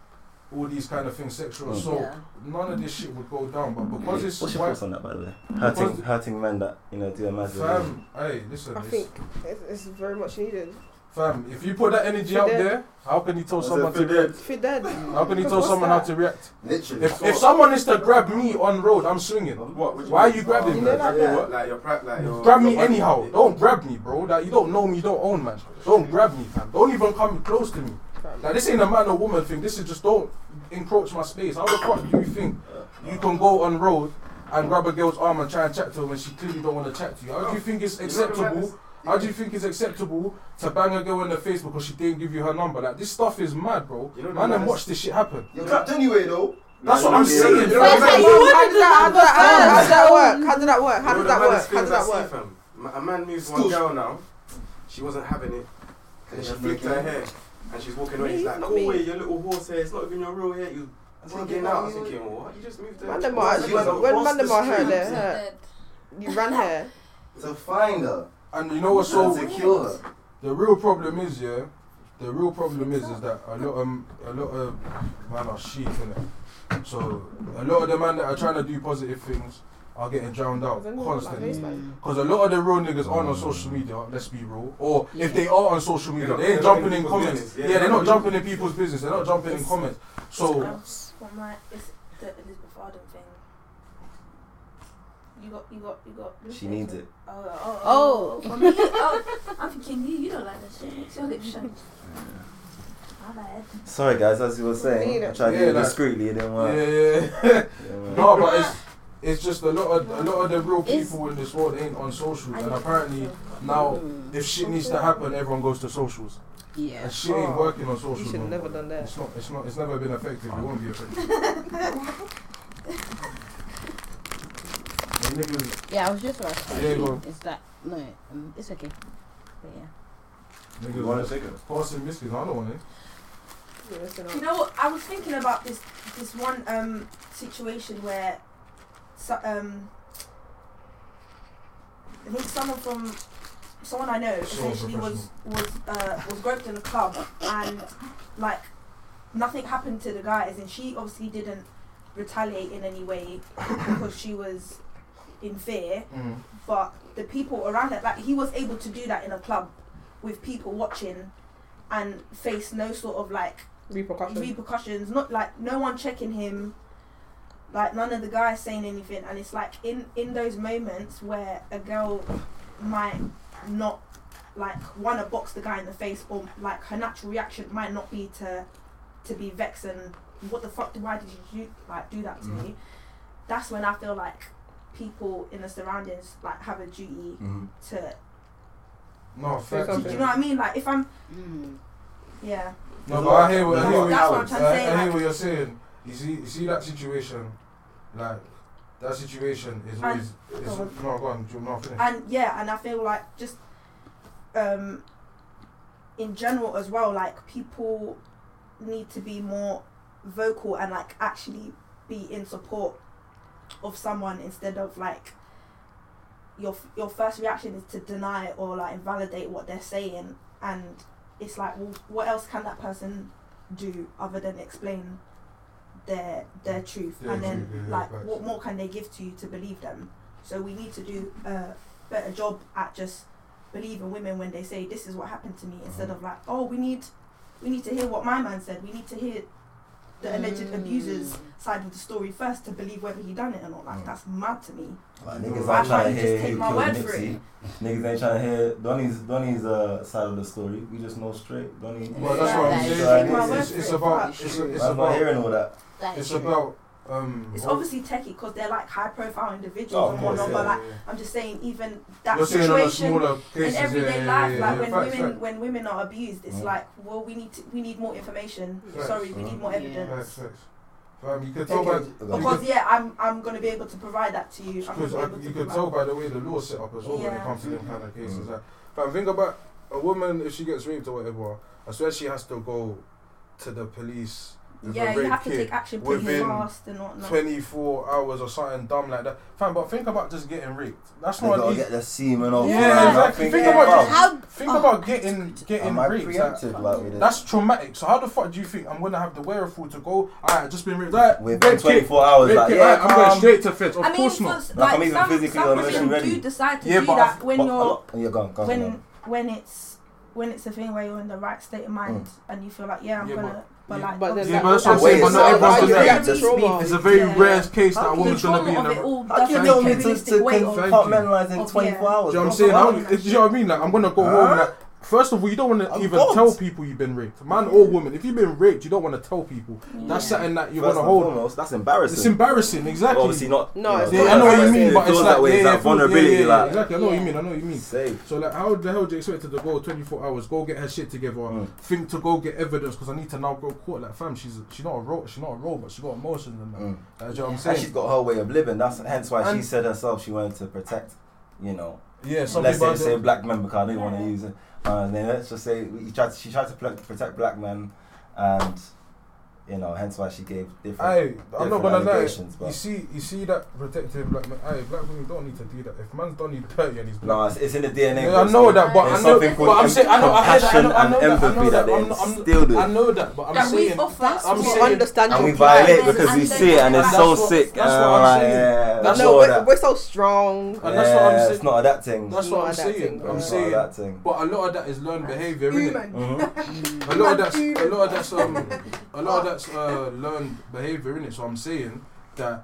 all these kind of things, sexual assault,
Yeah.
none of this shit would go down. But because
Hmm. What's
it's
your
white,
thoughts on that, by the way? Hurting,
Because-
hurting men that you know do a massive.
fam, hey, listen,
I
it's-
think it's, it's very much needed.
fam, if you put that energy out
Fidel.
there, how can you tell
That's
someone
it,
to
Fidel.
react?
Fit dead.
How can you tell
What's
someone
that?
how to react?
Literally.
If, if someone is to grab me on road, I'm swinging.
What? would
Why are you grabbing
You
me?
know like
Yeah.
that?
Like your prep, like your.
Grab me
your body-
anyhow. Don't grab me, bro. Like you don't know me, you don't own man. Don't grab me, fam. Don't even come close to me. Like this ain't a man or woman thing. This is just don't encroach my space. How the fuck do you think you can go on road and grab a girl's arm and try and chat to her when she clearly don't want to chat to you? How do you think it's acceptable? How do you think it's acceptable to bang a girl in the face because she didn't give you her number? Like this stuff is mad, bro.
You know the
Man, and
maddest-
watch this shit happen.
You're trapped anyway, though.
That's what
Yeah,
I'm
yeah, yeah.
saying.
You know what I'm
How
saying?
did that how did that work? How did that work? How
You
did
know
that
the
work?
maddest
How did
things I
that
see,
work?
fam? M- A man moves
Still-
one girl now. She wasn't having it. And she flicked her hair. And she's walking away.
Me?
She's like,
Not
go
me.
away, your little horse hair. It's not even your real hair. You bugging out. I'm thinking, what? You just moved her.
Man, them
Well,
are
she
actually,
was
when
across
man them
the
are hurt,
street.
they're hurt. You ran here.
To find her.
And you know what's so
to kill her.
The real problem is, yeah. The real problem is, is that a lot um a lot of man are sheep in it. So a lot of the man that are trying to do positive things are getting drowned out constantly. Because a lot of the real niggas aren't on social media. Let's be real. Or if they are on social media,
They're not-
they ain't
they're not
jumping
in
in
people's
comments.
business. Yeah,
Yeah, they're
they're
not
not-
jumping in people's business. They're not jumping in comments. So
Well, my, it's the Elizabeth Arden thing. You got, you got, you got.
She needs it.
Oh, oh,
Oh.
oh. for me? oh I'm thinking you, you don't like that shit. It's your lip shut. My bad.
Sorry guys, as you were saying, I tried to do
Yeah,
it
like-
discreetly, it didn't work.
yeah,
It didn't work.
no, but it's it's just a lot of a lot of the real
It's-
people in this world ain't on social, and apparently now. If shit needs to happen, everyone goes to socials.
Hmm. Yeah.
And shit ain't
Oh,
working on social.
You should
no
have never
more.
done that.
It's not. It's not. It's never been effective. It won't be effective. When niggas,
Yeah, I was just about to say,
Yeah, go on.
It's that. No, um, it's okay. But yeah.
You
niggas
want
was
to take it?
passing biscuits. I don't want it.
Yeah, listen up.
You know what? I was thinking about this this one um situation where so, um I think someone from someone I know
Someone
essentially was was uh was groped in a club and like nothing happened to the guys and she obviously didn't retaliate in any way because she was in fear
Mm.
but the people around it, like he was able to do that in a club with people watching and face no sort of like
Repercussions.
repercussions. Not like no one checking him, like none of the guys saying anything. And it's like in in those moments where a girl might not like want to box the guy in the face, or like her natural reaction might not be to to be vexed and what the fuck? Why did you do, like do that to me? That's when I feel like people in the surroundings like have a duty
Mm-hmm.
to.
No,
Say
facts.
Do,
something.
do you know what I mean? Like if I'm
Mm.
yeah.
No, but I hear what, I
That's
hear what,
what I'm
you-
trying to
I-
say,
I hear
like-
what you're saying. You see, you see that situation, like that situation is always. Is,
go
no, go on. do you- No, finish.
and yeah and i feel like just um in general as well like people need to be more vocal and like actually be in support of someone instead of like your f- your first reaction is to deny or like invalidate what they're saying and it's like well what else can that person do other than explain their their truth
Yeah,
and then
exactly, yeah,
like
facts.
what more can they give to you to believe them so we need to do uh, a better job at just believing women when they say this is what happened to me instead of like oh we need we need to hear what my man said we need to hear the alleged abuser's
Mm.
side of the story first to believe whether he done it or not like
Mm.
that's mad to me
Like, niggas
Why
ain't trying
can't
to
you
hear
just take
who
my
killed
word for
Nipsey. Niggas ain't trying to hear Donny's Donny's uh, side of the story. We just know straight Donny.
Well, that's what I'm
Yeah,
saying.
yeah,
It's,
yeah.
it's, it's about. It's, it's
I'm not
about.
hearing all that.
That is
It's
true.
about. Um.
It's
what-
obviously techie because they're like high profile
Oh,
individuals
of
and
course,
whatnot,
yeah,
but like
yeah.
I'm just saying, even that
You're saying on a
situation
smaller
in
cases, yeah,
everyday
yeah,
life,
yeah,
like
yeah,
when
facts,
women
facts.
when women are abused, it's
Mm.
like, well, we need to, we need more information.
Facts.
Sorry, we need more
Yeah.
evidence.
Facts, facts. Fam, you could tell by
Because-
you
Because
could-
yeah, I'm I'm gonna be able to provide that to you. I'm
because
gonna be
I,
able to
you could
provide-
tell by the way the law's set up as well when it
Yeah.
comes to them kind of cases.
Mm.
Like, fam, think about a woman if she gets raped or whatever. I swear she has to go to the police. with a
Yeah, you
rape
have to
kit
take action pretty
within
fast and whatnot.
24 hours or something dumb like that. Fam, but think about just getting raped. That's
They
not an
gotta
easy.
get the semen off.
Yeah,
man.
exactly.
I
Think
yeah.
about
wow,
How oh.
Think
Oh,
about getting getting
Am I
raped. like,
preemptive like we did?
that's traumatic. So how the fuck do you think I'm gonna have the wherewithal to go? Alright, I just been raped. Like,
Within 24 hours, like, yeah,
I'm going
come.
straight to feds. Of
I mean,
course
for,
not.
s-
Like,
like,
I'm even
some,
physically
some
emotionally
women
ready.
do decide to
Yeah,
do
but
that
I've-
when
But a
you're
lot- yeah, go on, go on, go on.
when when it's when it's a thing where you're in the right state of mind and you feel like yeah, I'm
Yeah,
gonna. But,
yeah.
like,
But then
Yeah,
that-
but that's what I'm
that's
saying,
what
but not
it
everyone's
sounds
gonna
like.
be
You're
just-
trauma.
It's a very
Yeah.
rare case that a
the
woman's gonna be in
trauma
a.
of it all
How
does
do you
Thank
tell
make
me
a
to, to,
realistic weight of
Thank
compartmentalize in
Of,
24
yeah.
Oh, Do
hours?
you know what I'm saying? I'm, do you know what I mean? Like, I'm gonna go
Huh?
home. Like, first of all, you don't want to
I'm
even
bothered.
tell people you've been raped, man or woman. If you've been raped, you don't want to tell people. That's
Yeah.
something that you want
First
to
and
hold.
foremost, that's
It's
embarrassing.
embarrassing, exactly.
Obviously not.
No, it's
Yeah,
not
I know what you
embarrassing.
mean,
it
but it's
feels
like
that way.
yeah,
It's that
yeah, it feels- yeah,
vulnerability,
yeah, yeah,
like
exactly. I know what you
Yeah.
mean. I know what you mean.
safe.
So like, how the hell do you expect her to go 24 hours, go get her shit together,
Hmm.
Mm.
think to go get evidence because I need to now go court. Like, fam, she's she's not a ro- she's not a robot. She got emotions and that.
Mm.
Like, do you know what I'm
And
saying?
she's got her way of living. That's hence why she
And-
said herself she wanted to protect, you know,
yeah, some
let's say,
people are
say
just-
black men because I don't want to use it. Uh, and then let's just say he tried to, she tried to pl- protect black men, and you know, hence why she gave different.
Aye, I'm not
different
gonna lie.
allegations, but-
You see, you see that protective black man. Aye, black women don't need to do that. If man's done you dirty and he's black,
no, it's, it's in the DNA.
Yeah, I know that, but
There's
I know,
something
but
called
I'm saying, I know, I heard that, I know, I
compassion and
know that, I know
empathy
that,
that they
I'm, I'm,
instilled it.
I know that, but I'm
that we
saying,
offer.
that's
I'm
what-
saying-
You understand
And we
your
violate
rights.
because we
And
see it and it's
that's
so
what-
sick.
that's what
Ah,
and
I'm
like,
saying.
yeah,
That's
no,
all
what-
we're, we're so strong.
And that's what I'm
Yeah,
saying.
It's not adapting.
that's what I'm
Not that
saying.
thing,
I'm
bro.
it's not
saying,
adapting.
but a lot of that is learned behavior, isn't it?
Mhm.
A lot of that's, a lot of that's, um, a lot of that's uh, learned behavior, innit? So I'm saying that,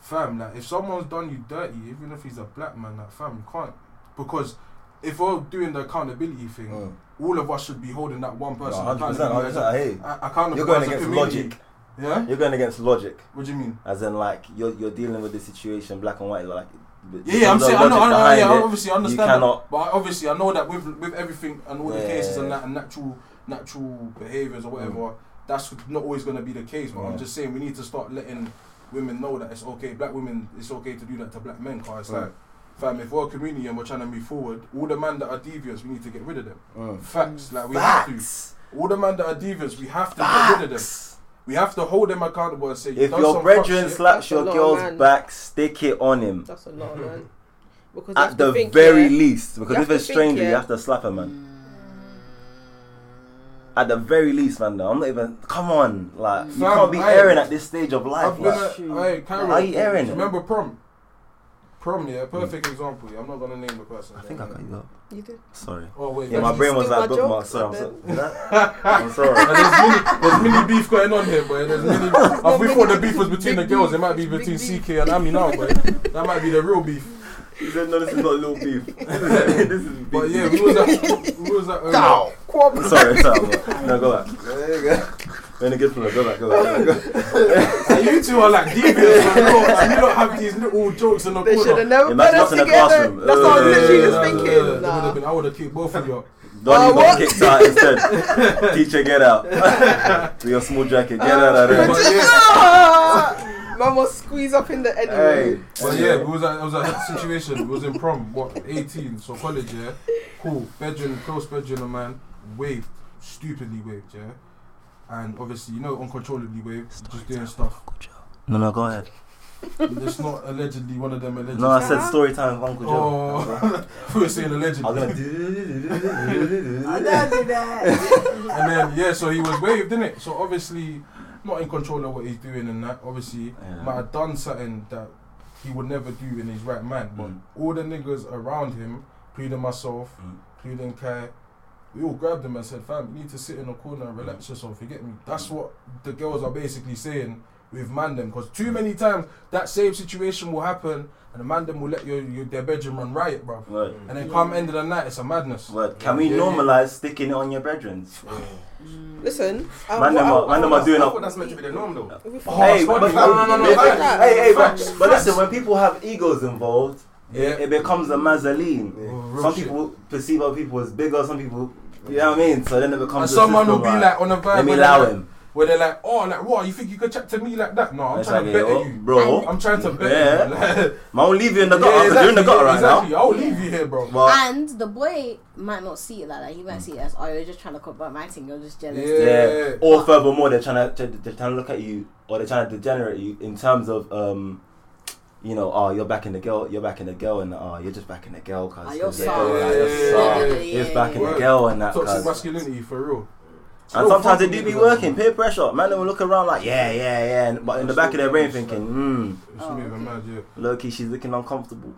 fam, like if someone's done you dirty, even if he's a black man, like fam, you can't because if we're doing the accountability thing,
Mm.
all of us should be holding that one
No,
person
100%,
accountable. as
100%,
a-
I hear you.
a- accountable
You're going
as a
against
community.
logic.
Yeah.
You're going against logic,
What do you mean?
as in like you're you're dealing with the situation, black and white, like. with-
Yeah, yeah, I'm
the
saying I know,
logic
I know,
behind
yeah,
it.
I obviously I understand, that.
cannot-
but I- obviously I know that with with everything and all the
Yeah. Mm.
cases and that and natural natural behaviors or whatever, that's not always going to be the case. But
Yeah.
I'm just saying we need to start letting women know that it's okay. Black women, it's okay to do that to black men, cause it's
Mm.
like, fam, if we're a community and we're trying to move forward, all the men that are devious, we need to get rid of them.
Mm.
Facts, like we have
Facts.
to. All the men that are devious, we have to get rid of them.
Facts.
We have to hold them accountable and say, "You've
If
done
your
some fuck
brethren
shit."
slaps
That's a
your
lot,
girl's
man.
back, stick it on him
That's a lot, man. Because you have
Mm-hmm. at
to
the
think,
very
yeah,
least. Because
You
if
have
it's
to think,
stranger, you
yeah.
have to slap
Mm.
him, man. At the very least, man. Though. I'm not even. Come on, like you
Fam,
can't be
I-
airing at this stage of life.
I've been
Like,
at, hey, Carol,
Are you airing it?
Remember prom? Prom, yeah, perfect example. yeah. I'm not gonna name the person.
I think I got you up.
You do.
Sorry.
Oh wait,
Yeah, my
there's-
brain was
steal
like
my
bookmark.
joke?
Sorry, I'm
I
sorry. I'm sorry.
there's mini beef going on here, but there's mini. If we thought the beef was between the
Big
girls, it
beef,
might be
big
between
beef.
CK and Ami now, but that might be the real beef.
He said, "No, this is not little beef. this is big."
But yeah, we was at we was at um,
beef. sorry, sorry. I'm- No, go back. There you go. We're in a good flow. Go back. Go back. Go back.
and you two are like devious. man. You don't- you don't have these little jokes in the
They should
corner.
have never
Imagine
put
us
us
in a
together.
classroom.
That's what I was
Uh,
literally
yeah,
just
yeah,
It
thinking.
would've
Nah.
been- I would have kicked both of you.
Donnie
Uh,
got
what?
kicked out instead. Teacher, get out. Do your small jacket. Get out of there.
But yeah,
Man was squeezed up in the anyway.
Hey.
But yeah, it was a, it was a situation. It was in prom, what, 18, so college, yeah. Cool. Bedroom, close bedroom, a man waved, stupidly waved, yeah. And obviously, you know, uncontrollably waved, just doing stuff.
No, no, go ahead.
It's not allegedly one of them allegedly.
No, I said story time with Uncle Joe.
Oh, we were saying allegedly.
I'm gonna do.
and then, yeah, so he was waved, innit? So obviously, not in control of what he's doing and that. Obviously,
Yeah.
might have done something that he would never do in his right mind. But
Mm.
all the niggas around him, including myself,
Mm.
including Kai, we all grabbed him and said, fam, you need to sit in a corner and relax yourself, you get me? That's what the girls are basically saying with Mandem. Because too many times that same situation will happen and the Mandem will let your, your their bedroom run riot, bro.
Word.
And then come end of the night, it's a madness.
Word. Can we
Yeah, yeah.
normalize sticking it on your brethren?
Mm.
Listen, uh,
Man,
what
them
I-
are, man, them are doing
I thought
up.
that's meant to be the norm, though.
we
Oh,
Hey,
sorry,
but,
man. No, no, no, no,
but-
facts,
hey, hey, but,
facts,
but
facts.
listen, when people have egos involved,
Yeah.
it, it becomes a mazzoline.
Oh, real
Some
shit.
people perceive other people as bigger, some people, you know what I mean? So then it becomes
And
a
someone will
system,
be like on a vibe.
let me
with
allow
that.
him.
where they're like, oh, like what? You think you could chat to me like that? No, I'm
It's
trying
like,
to better
yo,
you,
bro.
I'm, I'm trying to better you.
Yeah.
Like,
Man, will leave you in the gutter. 'cause You're in the gutter right
exactly.
now.
I'll leave you here, bro.
But
And the boy might not see it like that. He might see it as, oh, you're just trying to cover up my thing. You're just jealous.
Yeah.
yeah. Or furthermore, they're trying to they're trying to look at you, or they're trying to degenerate you in terms of um, you know, oh, you're back in the girl, you're back in the girl, and oh, you're just back in the girl
Ah,
because
you're
soft. Yeah,
you're
yeah,
soft.
yeah,
It's back in the
yeah.
girl and that.
Toxic
'cause-
masculinity for real.
And
Still
sometimes
fucking
it do
niggas
be
are-
working, peer pressure. Man, they will look around like, yeah, yeah, yeah, and- but in the back of their brain thinking, hmm,
It's
Oh,
moving
okay.
mad, yeah.
low key, she's looking uncomfortable.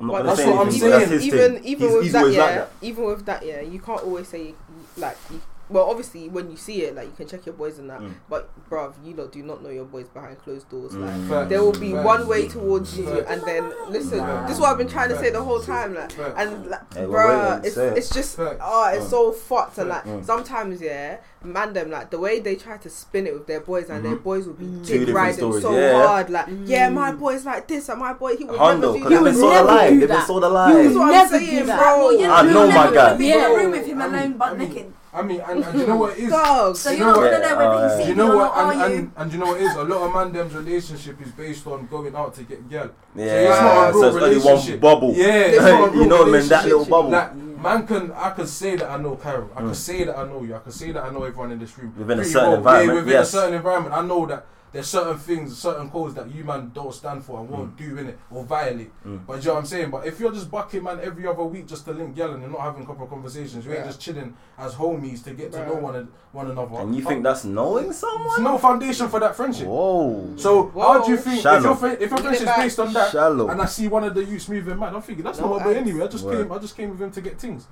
I'm not
But
gonna
that's
say
what I'm
anything. but that's
saying.
his
even
thing.
even
He's-
with
he's
that,
always
yeah,
like that.
even with that, yeah, you can't always say like, you, well, obviously when you see it, like you can check your boys and that,
Mm.
but bruv, you lot do not know your boys behind closed doors. Like
Mm.
Facts.
there will be
Facts.
one way towards you,
Facts.
and then listen,
Nah.
this is what I've been trying to say the whole
Facts.
time, like,
Facts.
and like,
Hey, well, wait,
bruh,
wait,
it's
say it.
it's just
Facts.
oh, it's
Mm.
so fucked, and like
Mm.
sometimes yeah, man, them like the way they try to spin it with their boys, and their boys will be
Mm-hmm. Two
dick
different
riding
stories,
so
yeah.
hard, like yeah, my boy's like this, and my boy he would
Hondo,
never
because
do
they've
that.
been
would
sold
never
alive. They've
do
been
that.
sold
That's
alive.
what I'm
never do
saying,
that.
bro.
Well, you
I
you
know my
never
guy.
gonna Be in
Yeah.
a room with him
I mean-
alone,
I
but
mean-
naked.
I mean, and, and you know what it is?
Dog.
So
You
you're
know
not
what?
gonna know whether
Uh,
you see
You
me
know
or not,
what?
are
And,
you?
and, and you know what it is? A lot of man them's relationship is based on going out to get girl.
Yeah, so it's
So it's not a real
only one
relationship.
bubble.
Yeah,
It's not a
Oh. you
real
know, man, that little
relationship.
bubble.
Like man can, I can say that I know Carol. I
Mm.
can say that I know you. I can say that I know everyone in this room.
Within a
Pretty
certain
well,
environment,
Yeah, within
yes.
a certain environment, I know that there's certain things, certain codes that you man don't stand for and won't do in it or violate.
Mm.
But you know what I'm saying. But if you're just bucking man every other week just to link yelling and not having proper conversations, you ain't
Yeah.
just chilling as homies to get to know
Bruh.
one an- one another. Uh,
And you think that's knowing
there's
someone?
no foundation for that friendship.
Whoa.
So how do you
Whoa.
think
Shallow.
if your friend, if your
Lean it
friendship's
back.
based on that?
Shallow.
and I see one of the youths moving mad, I'm thinking that's
No
not my boy
ass.
anyway. I just
Word.
came, I just came with him to get things.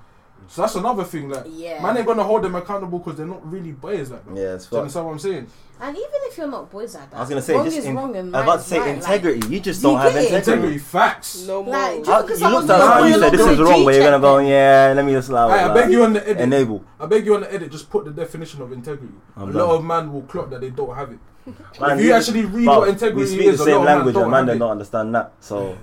So that's another thing. Like,
Yeah.
man, ain't gonna hold them accountable because they're not really boys like that.
Yeah, it's
Do you
fucked.
understand what I'm saying?
And even if you're not boys like that,
I was gonna say
wrong
just
is
in,
wrong and
I was
right
about to
is
say
right, like-
integrity. you just
You
don't have
get it?
integrity.
Integrity, facts.
No more.
Like,
How-
Because
you looked
someone's
at
not
someone, you
gonna
said
look
this is
at
wrong, but you're gonna
G-check
go, yeah, let me just allow
Aye, I beg you on the edit.
Enable.
I beg you on the edit. Just put the definition of integrity.
I'm
a
done.
lot of man will clock that they don't have it.
Man,
if you actually read
but
what integrity
we speak
is,
the
a
same
lot of man
language,
don't
and man
have
do
it.
not understand that. So,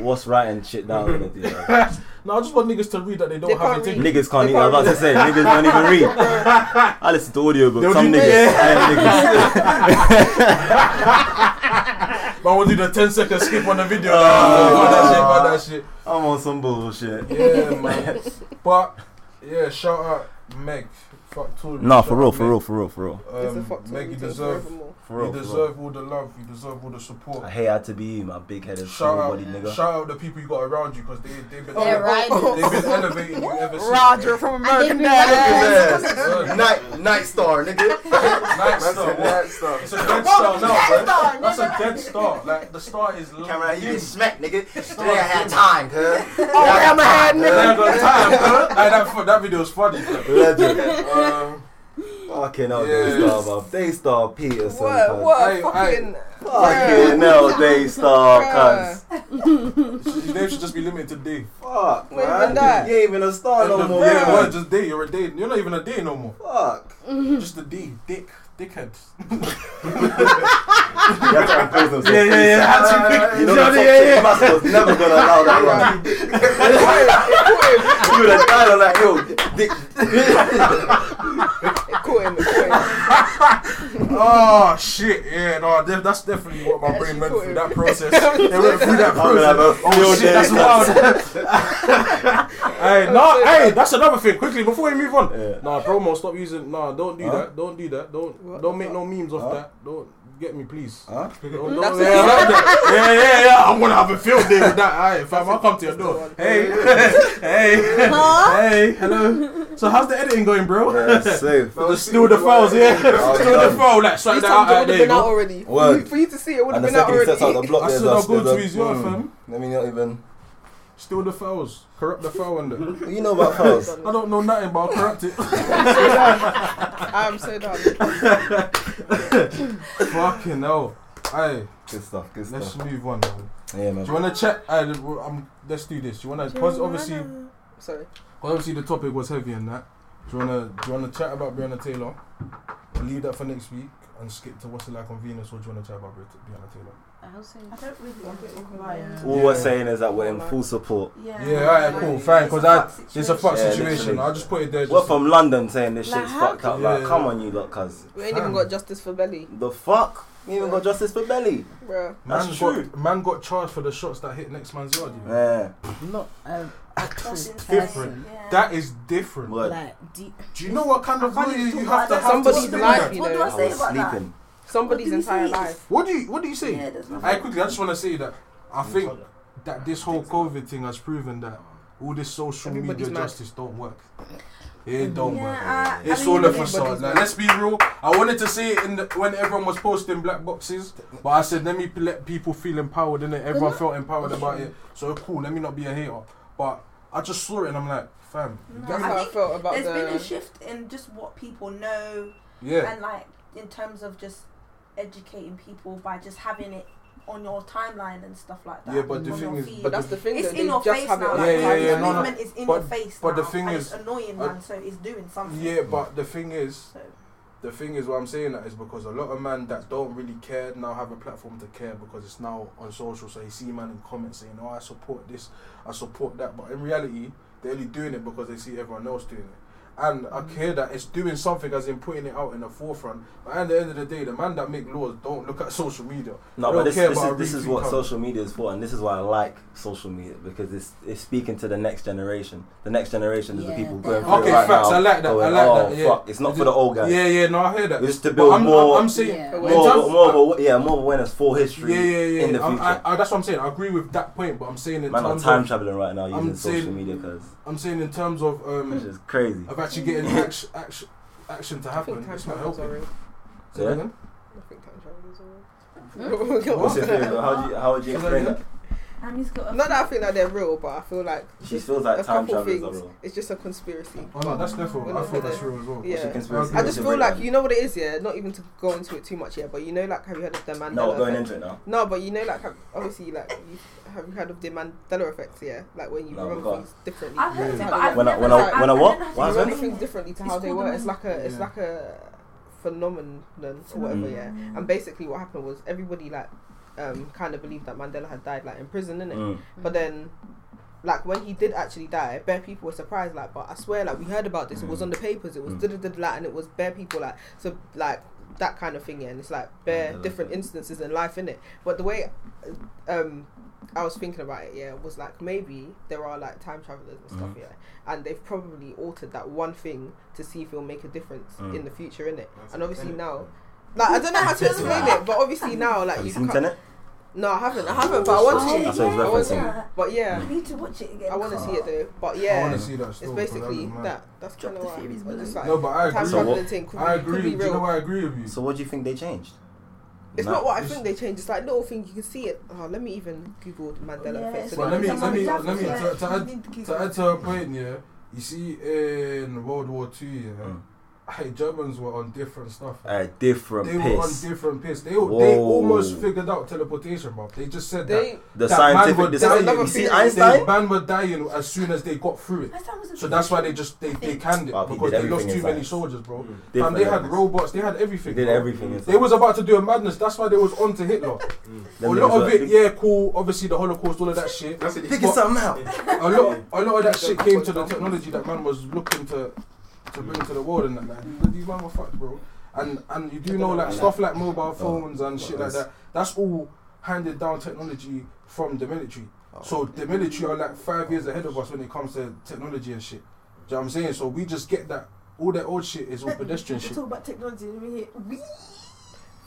what's writing shit down? gonna do, like?
No, I just want niggas to read that they don't
They
have
can't read.
integrity.
Niggas can't. Even, I was about to say niggas don't even read. I listen to audiobooks.
They'll
Some
do-
niggas, I ain't niggas.
Man, we'll do the 10 second skip on the video.
Oh.
Man, that shit, man, that shit.
I'm on some bullshit.
Yeah, man. But yeah, shout out Meg. Fuck Tory.
Nah,
Shout
for real,
out
for
Meg.
real, for real, for real,
It's a
Um,
fuck
Meg, you
till
deserve,
forevermore.
for real. For real.
you deserve all the love. You deserve all the support.
I hate had to be you, my big headed
Shout out,
body nigga.
shout out the people you got around you because they they've been
They're
ele-
riding.
they've been elevating you ever since.
Roger from
And they've
American
been
Dad.
Yes.
Night, night star, nigga.
Nice star. what?
stuff.
It's a dead star now, bro.
star,
That's a dead star. Like the star is low. dim.
smack, nigga. Today
I had
time, huh?
Oh, I'm ahead,
They ain't
nigga.
got time, bro. Like, that, fu- that video's funny. bro.
Legend.
Um,
Fucking hell,
Yeah.
Daystar, man. Daystar Peterson.
What?
cuz.
Hey,
What?
hey.
Fucking.
Fucking hell, Daystar, cuz.
his name should just be limited to day.
Fuck,
Not
man.
even that.
You ain't even a star
End
no
of
more,
day,
man.
word, just day. You're a day. You're not even a day no more.
Fuck.
Just a D, dick, dickhead.
You have to impose himself.
Yeah, yeah, yeah. That's
Uh,
right.
You know, the
Yeah, yeah, yeah.
toxic masculine's never gonna allow that one. you would have died on that hill. Dick.
Caught him. Caught him.
oh shit, yeah, no, de- that's definitely what my brain went through that process. It went through that
I'm gonna have
process.
a
Oh
field
shit,
day.
that's wild. hey, no, hey, that's another thing. Quickly before we move on,
Yeah.
nah, promo, stop using. Nah, don't do
Huh?
that. Don't do that. Don't
What
don't
the
make no memes off
Huh?
that. Don't get me, please.
Huh?
Don't-
That's
don't- yeah, I like that. yeah, yeah, yeah. I'm gonna have a field day with that. Alright, fam, I'll come to your
That's the
door.
one.
Hey, hey, hey, hello. So how's the editing going, bro?
Yeah, safe.
Just steal the files, yeah.
Oh,
steal
done.
the file, like swipe
These
that out. Right,
times it would have
there you
been out
go.
already.
Word.
For you- For you to see it would have
And the
been out
second he sets out the
already.
block,
I
there's
said I'll
us.
go
There's
to
us.
his yard,
Mm.
fam.
Let me not even.
Steal the files, corrupt the file, and that.
What you know about files?
I don't know nothing, but I'll corrupt it.
I'm so done.
Fucking hell. Hey,
Good stuff. Good
let's
stuff.
move on. Man.
Yeah, man.
Do you wanna check? Hey, um, let's do this. Do you wanna? Cause obviously,
Sorry.
cause obviously the topic was heavy and that. Do you wanna? Do you wanna chat about Breonna Taylor? Leave that for next week and skip to what's it like on Venus, or do you wanna chat about Bre- Breonna Taylor?
I was saying.
I don't really. I'm a bit
Yeah.
inclined.
All we're saying is that we're in full support.
Yeah.
Yeah, alright, cool, fine, because I it's a fuck
Yeah,
situation.
literally.
I just put it there. Just
We're from London saying this
Like,
shit's
how
fucked up.
can-
Like,
Yeah.
come on, you lot, cuz.
We ain't even
Fam.
got justice for belly,
The fuck? You even got justice for Belly.
bro.
man
That's
got,
true.
Man got charged for the shots that hit next man's yard. You know?
Yeah.
Not an actual
different.
person.
That is different.
Word.
Like deep.
Do you know what kind of
I can't
lawyer
even
you
talk
have
about
to
that.
have
Somebody's
to speak
life,
that?
you
What do
know.
I
I
say
was
about that?
sleeping.
Somebody's
What did he
entire
say?
life.
What do you What do you say?
Yeah, there's nothing.
I quickly, I just want to say that I think that this whole COVID thing has proven that all this social
Everybody's
media
mad.
justice don't work. It don't work.
Yeah, I- I
It's
mean,
all a
everybody's
facade. Like,
mad.
let's be real. I wanted to say it in the, when everyone was posting black boxes, but I said let me p- let people feel empowered, innit? Everyone felt empowered about it. So cool. Let me not be a hater. But I just saw it and I'm like, fam, you
No,
get
That's
me?
I
how I
think
felt about
There's been
the.
a shift in just what people know
yeah,
and like in terms of just educating people by just having it on your timeline and stuff like that.
Yeah, but the
on
thing
your
is-
feed.
but
But that's the thing.
it's
that
in
they
your
just
face
have it
now.
on
Like,
Yeah,
their
yeah,
the
yeah, no, no.
timeline.
movement is in
But-
your face
but the
now,
thing
and
is-
it's annoying,
I-
man. So it's doing something.
yeah. But the thing is,
So,
the thing is what I'm saying that is because a lot of men that don't really care now have a platform to care because it's now on social. So you see man in comments saying, "Oh, I support this, I support that," but in reality, they're only doing it because they see everyone else doing it. And I care that it's doing something as in putting it out in the forefront. But at the end of the day, the man that make laws don't look at social media.
No,
They don't
but this,
care
this,
about
is, this is
retweet
what
count.
social media is for, and this is why I like social media because it's it's speaking to the next generation. The next generation is the
Yeah,
people
they
going
are.
through
Okay,
it right
facts.
now.
I like that.
going,
I like
oh,
that. Yeah.
fuck, it's not for the old guys.
Yeah, yeah. No, I hear that.
It's to
But
build
I'm,
more-
I'm, I'm saying
Yeah. Mm.
More-
in
More,
terms-
of- more, of a- yeah, more of awareness for history
yeah, yeah, yeah.
in the future.
I, I, that's what I'm saying. I agree with that point, but I'm saying in
Man, I'm
terms
time
of
traveling right now using
I'm
social
saying-
media because
I'm saying in terms of um,
it's just crazy.
of actually getting action, action, action to
I think
happen.
time
It's not
travel is
helping.
alright.
Say
Yeah?
that again?
I think time travel is
Hmm?
alright. Go
What's
on.
your theory? though? How do you, how would you
Say that
explain
again?
that?
Annie's got a
Not that I think that they're real, but I feel like
She feels like
a
time
couple
travel is
things.
a real.
It's just a conspiracy.
Oh no, that's Nefil. I thought that's real as well.
Yeah.
It's a conspiracy
I
I
theory,
just
it's a
feel
real
like
one.
you know what it is, yeah. Not even to go into it too much, yeah. But you know, like, have you heard of the Mandela?
No, we're going
effect?
into it now.
No, but you know, like have- obviously, like you have you heard of the Mandela effect? Yeah, like when you
No,
remember
God.
things differently.
I've heard of it,
Yeah.
but I've
When I-
never
when I-
I've
when I
never had
what?
to
Why
you
is
explain
remember
that?
it.
things differently to
It's
how they
called
were.
the
It's like a, it's
Yeah.
like a phenomenon or whatever. Yeah, and basically what happened was everybody like um kind of believed that Mandela had died like in prison, innit?
Mm.
But then, like when he did actually die, bare people were surprised. Like, but I swear, like we heard about this. It was on the papers. It was
Mm.
da da da da, and it was bare people like so like that kind of thing. Yeah, and it's like bare
Mandela
different
effect.
instances in life, in it. But the way um I was thinking about it, yeah, was like maybe there are like time travelers and stuff,
Mhm.
yeah, and they've probably altered that one thing to see if it'll make a difference
Mm.
in the future, in it.
That's
And obviously
it.
now. Like I don't know how to explain it, but obviously now like
Have you
you've
seen
come-
Tenet?
no, I haven't, I haven't, but I want
Oh,
That's
to.
what he's
yeah.
I want
referencing.
to, but yeah,
I need to watch it again.
I want to see it though, but
Mm. I
yeah,
want to see that.
it's
Still, 'cause I
basically
don't mind.
that. That's
Drop
kind of
the
why.
theories
It's just
below.
like
No, but I
time
agree.
So what-
traveling thing could,
I
be- could
agree.
be
Do you know
real.
why I agree with you?
So what do you think they changed?
It's
Nah.
not what I
It's-
think they changed. It's like little thing you can see it. Oh, let me even Google the Mandela
Yeah,
effect.
it's
so
Well,
they
let me,
can-
let me, let me.
Yeah.
To, to add to add to her point, yeah, you see, in World War Two, yeah,
Mm.
hey, Germans were on different stuff.
A different
They were on
piss.
different piss. They, they
Whoa.
almost figured out teleportation, bro. They just said that.
They
the
that man
scientific.
were
The,
dying.
sci- you see
There's
Their
Einstein?
man were dying as soon as they got through it. So that's why they just they, they canned it
Wow, he
because
did
they lost
everything
too
in
many
science.
soldiers, bro.
Mm.
Different
And they had
levels.
robots, they had everything.
They did
bro.
everything. in
They
science.
was about to do a madness. That's why they was on to Hitler. a
Them
lot
niggas
of
were-
it, yeah, cool. Obviously, the Holocaust, all of that shit.
That's it.
Figure something out.
A lot, a lot of that shit came to the technology that man was looking to to bring to the world and that. Like, but these man were fucked, bro. And and you do know like stuff like mobile phones and shit like that. That's all handed down technology from the military. So the military are like five years ahead of us when it comes to technology and shit. Do you know what I'm saying? So we just get that all that old shit is all pedestrian shit.
Talk about technology and we hear we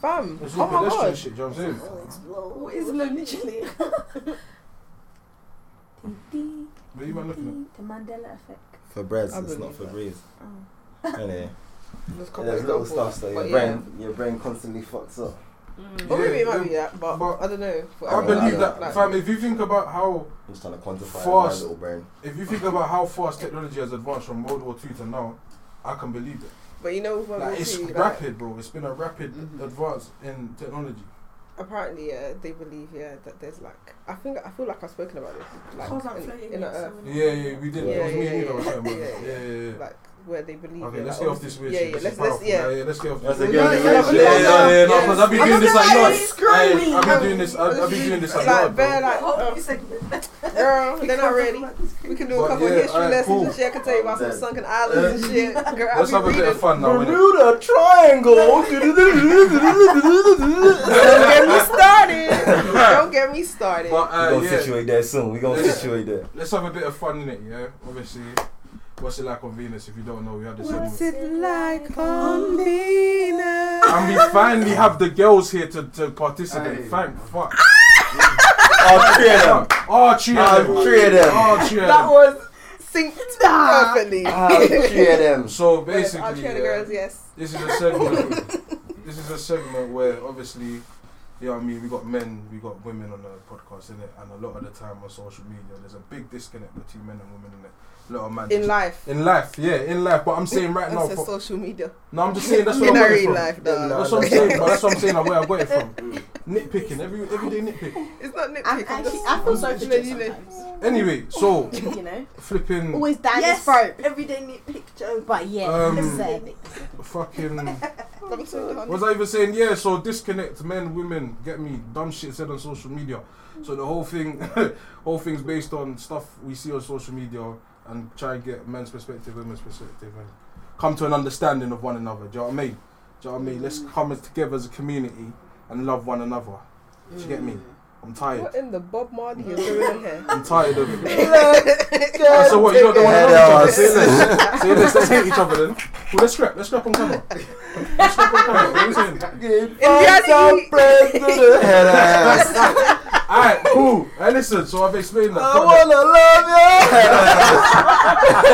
Fam,
It's
oh
all
my
pedestrian
god.
shit, do you know what I'm saying?
all explode. It's literally. Dee,
What are you man
dee,
looking
the Mandela effect.
For breads,
I
it's not
believe
for
that.
breeze.
Oh.
Anyway,
There's a couple
there's little
examples,
stuff so your
but
brain, your brain constantly fucks up.
Mm.
Or
Yeah,
maybe it might be
yeah,
that, but,
but
I don't know.
at?
Oh,
I
no,
Whatever.
believe
no,
that,
Like,
fam. If you think about how
I'm just trying to quantify my
Fast.
little brain.
If you think about how fast technology has advanced from World War Two to now, I can believe it.
But you know, World War
Like, it's
II, like, Mm-hmm.
rapid, bro. It's been a rapid
Mhm.
advance in technology.
apparently, yeah, they believe, yeah, that there's like, I think, I feel like I've spoken about this,
Cars
like,
aren't
in,
floating
in a
yet, so
Earth,
we're not-
Yeah, yeah, we did.
Yeah,
it was me
yeah,
and you
yeah.
that was talking about it.
Yeah,
Yeah, yeah, yeah.
like where they believe.
Okay,
in,
let's
like,
get off
obviously-
this weird
yeah,
shit.
Yeah,
This
let's,
is
let's,
powerful.
yeah.
yeah, let's get off
That's
this.
a
weird
good
shit.
one.
Yeah,
Yeah,
yeah,
yeah,
yeah,
yeah.
no, because I've been doing this at
Another
yard.
lady
Hey,
screaming.
I've been doing this. I've I've been doing this at
Like,
yard,
bare
bro.
like,
um,
Oh,
oh,
you said
girl, they're not ready. We can do a
But
couple of
yeah,
history
alright,
lessons
cool.
and shit. I can tell you about some
Then-
sunken islands and shit. Girl, I'll
Let's
be
have a
reading.
bit of fun now, innit?
Triangle.
Don't get me started. Don't get me started.
But
We're
uh,
gonna
yeah,
situate there soon. We're gonna
Yeah.
situate there.
let's have a bit of fun in it, yeah. Obviously, what's it like on Venus? If you don't know, we had this. on-
What's it like on Venus?
And we finally have the girls here to, to participate.
Aye.
Thank fuck.
Oh, three of them.
Oh, three of them.
Oh, three of them.
Oh, three of
Ah! That
them.
was synced perfectly.
Oh, three of them.
So
Yes,
basically,
I'll try the
yeah,
girls, yes.
this is a segment. this is a segment where obviously, you know what I mean. We got men, we got women on the podcast, innit? And a lot of the time on social media, there's a big disconnect between men and women, innit? A lot of man
In
just-
life.
in life, yeah, in life. But I'm saying right
That's
now,
a
for-
social media.
no, I'm just saying that's what
In
I'm
our
going
real
from.
life, though.
That's what I'm saying. But that's what I'm saying. Like, where I got it from. Nitpicking every everyday nitpick.
It's not nitpick.
I,
I'm
actually,
just-
I feel sorry for
You know,
Jay
you know.
sometimes.
Anyway, so
You know,
flipping.
always down his
Yes,
throat.
everyday nitpick joke.
But yeah,
Um,
deserve it.
fucking
I'm sorry, honey.
was I even saying? Yeah, so disconnect men, women, get me dumb shit said on social media. So the whole thing, whole thing's based on stuff we see on social media and try and get men's perspective, women's perspective, and come to an understanding of one another. Do you know what I mean? Do you know what I mean? Let's come as together as a community and love one another. Do you get me? I'm tired.
What in the Bob Marley is going on here?
I'm tired of.
Look,
Oh, so what? You don't
take
want to
it.
Yeah,
love each other?
that
Say
was-
less. Say less. Let's hate each other then. Well, let's scrap. Let's scrap on camera. Let's scrap on camera. What are you saying?
Give
reality-
some praise to the head ass.
Alright, cool. Hey, listen, so I've explained that.
I wanna love you. Head ass.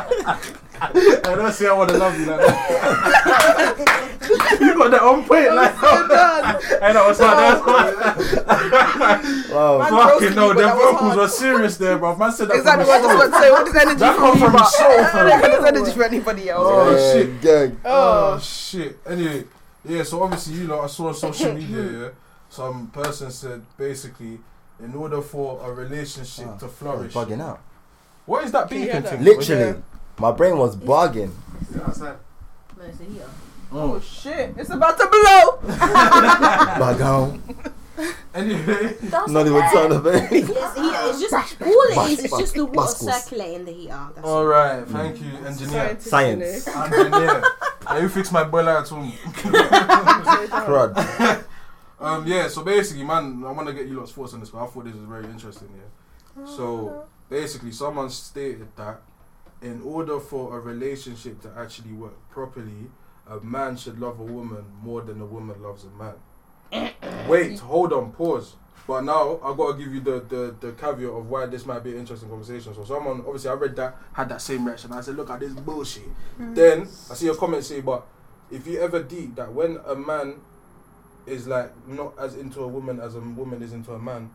I don't see I wanna love you like that. you got that on point like
So done.
I know what's up, that's why
Wow.
Oh, Man,
fucking no,
roasted me,
their
but that was
vocals
hard.
were serious there, bro. Man said that
Exactly what I
from
just
his soul.
want to say. What is energy
That
for
comes
you,
from his
but-
soul, fam.
What is energy for anybody else?
Oh,
Yeah,
shit.
Gang.
Oh
Oh,
shit. Anyway, yeah, so obviously, you know, I saw on social media, yeah, some person said basically, in order for a relationship
Ah,
to
I
flourish,
was bugging out.
what is that
Can you hear
beeping
that?
thing?
Literally, my brain was bugging.
Is it outside?
No, it's a heater.
oh shit! It's about to blow.
Bug out.
Anyway,
That's
Not
Hmm.
even turn of it.
It's, the heater. it's just all it is. It's just the water
Muscles.
circulating the heater. That's
Oh,
all right, thank you,
Mm.
engineer.
Scientist
Science.
in
engineer. Yeah, you fix my boiler at home.
it.
Crud.
Um, yeah, so basically, man, I want to get you lot's thoughts on this, but I thought this was very interesting, yeah. So basically, someone stated that in order for a relationship to actually work properly, a man should love a woman more than a woman loves a man. Wait, hold on, pause. But now I gotta give you the, the, the caveat of why this might be an interesting conversation. So someone obviously I read that had that same reaction. I said, look at this bullshit. Then I see your comment say, but if you ever deep that when a man is like not as into a woman as a woman is into a man,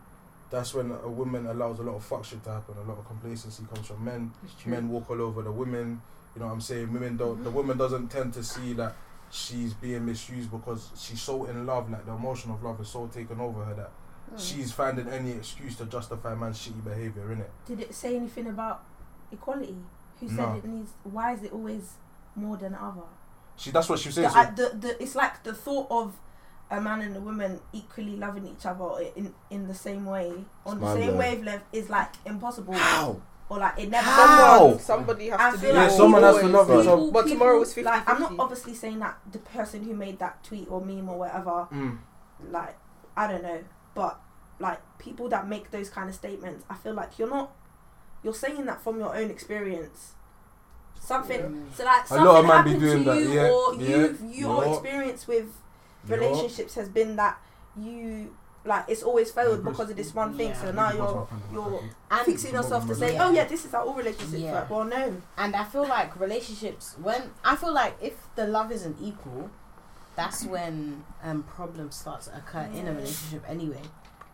that's when a woman allows a lot of fuck shit to happen. A lot of complacency comes from men. Men walk all over the women. You know what I'm saying? Women don't.
Mm-hmm.
The woman doesn't tend to see that she's being misused because she's so in love. Like the emotion of love is so taken over her that
Mm.
she's finding any excuse to justify man's shitty behavior. Innit?
Did it say anything about equality? Who said
No.
it needs? Why is it always more than other?
She. That's what she
The,
says.
I, the, the, it's like the thought of a man and a woman equally loving each other in in the same way on the
mind
same
blowing.
wavelength is like impossible
How?
or like it never.
Someone, somebody has
I
to do
feel
yeah,
like
someone has to
always.
love
Right.
each other.
People-
But tomorrow is 50
Like I'm not obviously saying that the person who made that tweet or meme or whatever,
Mm.
like I don't know, but like people that make those kind of statements, I feel like you're not, you're saying that from your own experience. Something so like
A lot
something
of man be
happened
doing
to
that,
you
yeah,
or
yeah,
you your
yeah.
experience with
Yeah.
relationships has been that you like it's always failed
Mm-hmm.
because of this one thing. So
Yeah.
now you're you're
And-
fixing yourself to say,
Yeah.
oh yeah, this is how all relationships
Yeah.
work. Well, no,
And I feel like relationships, when I feel like if the love isn't equal, that's when um problems start to occur in a relationship anyway.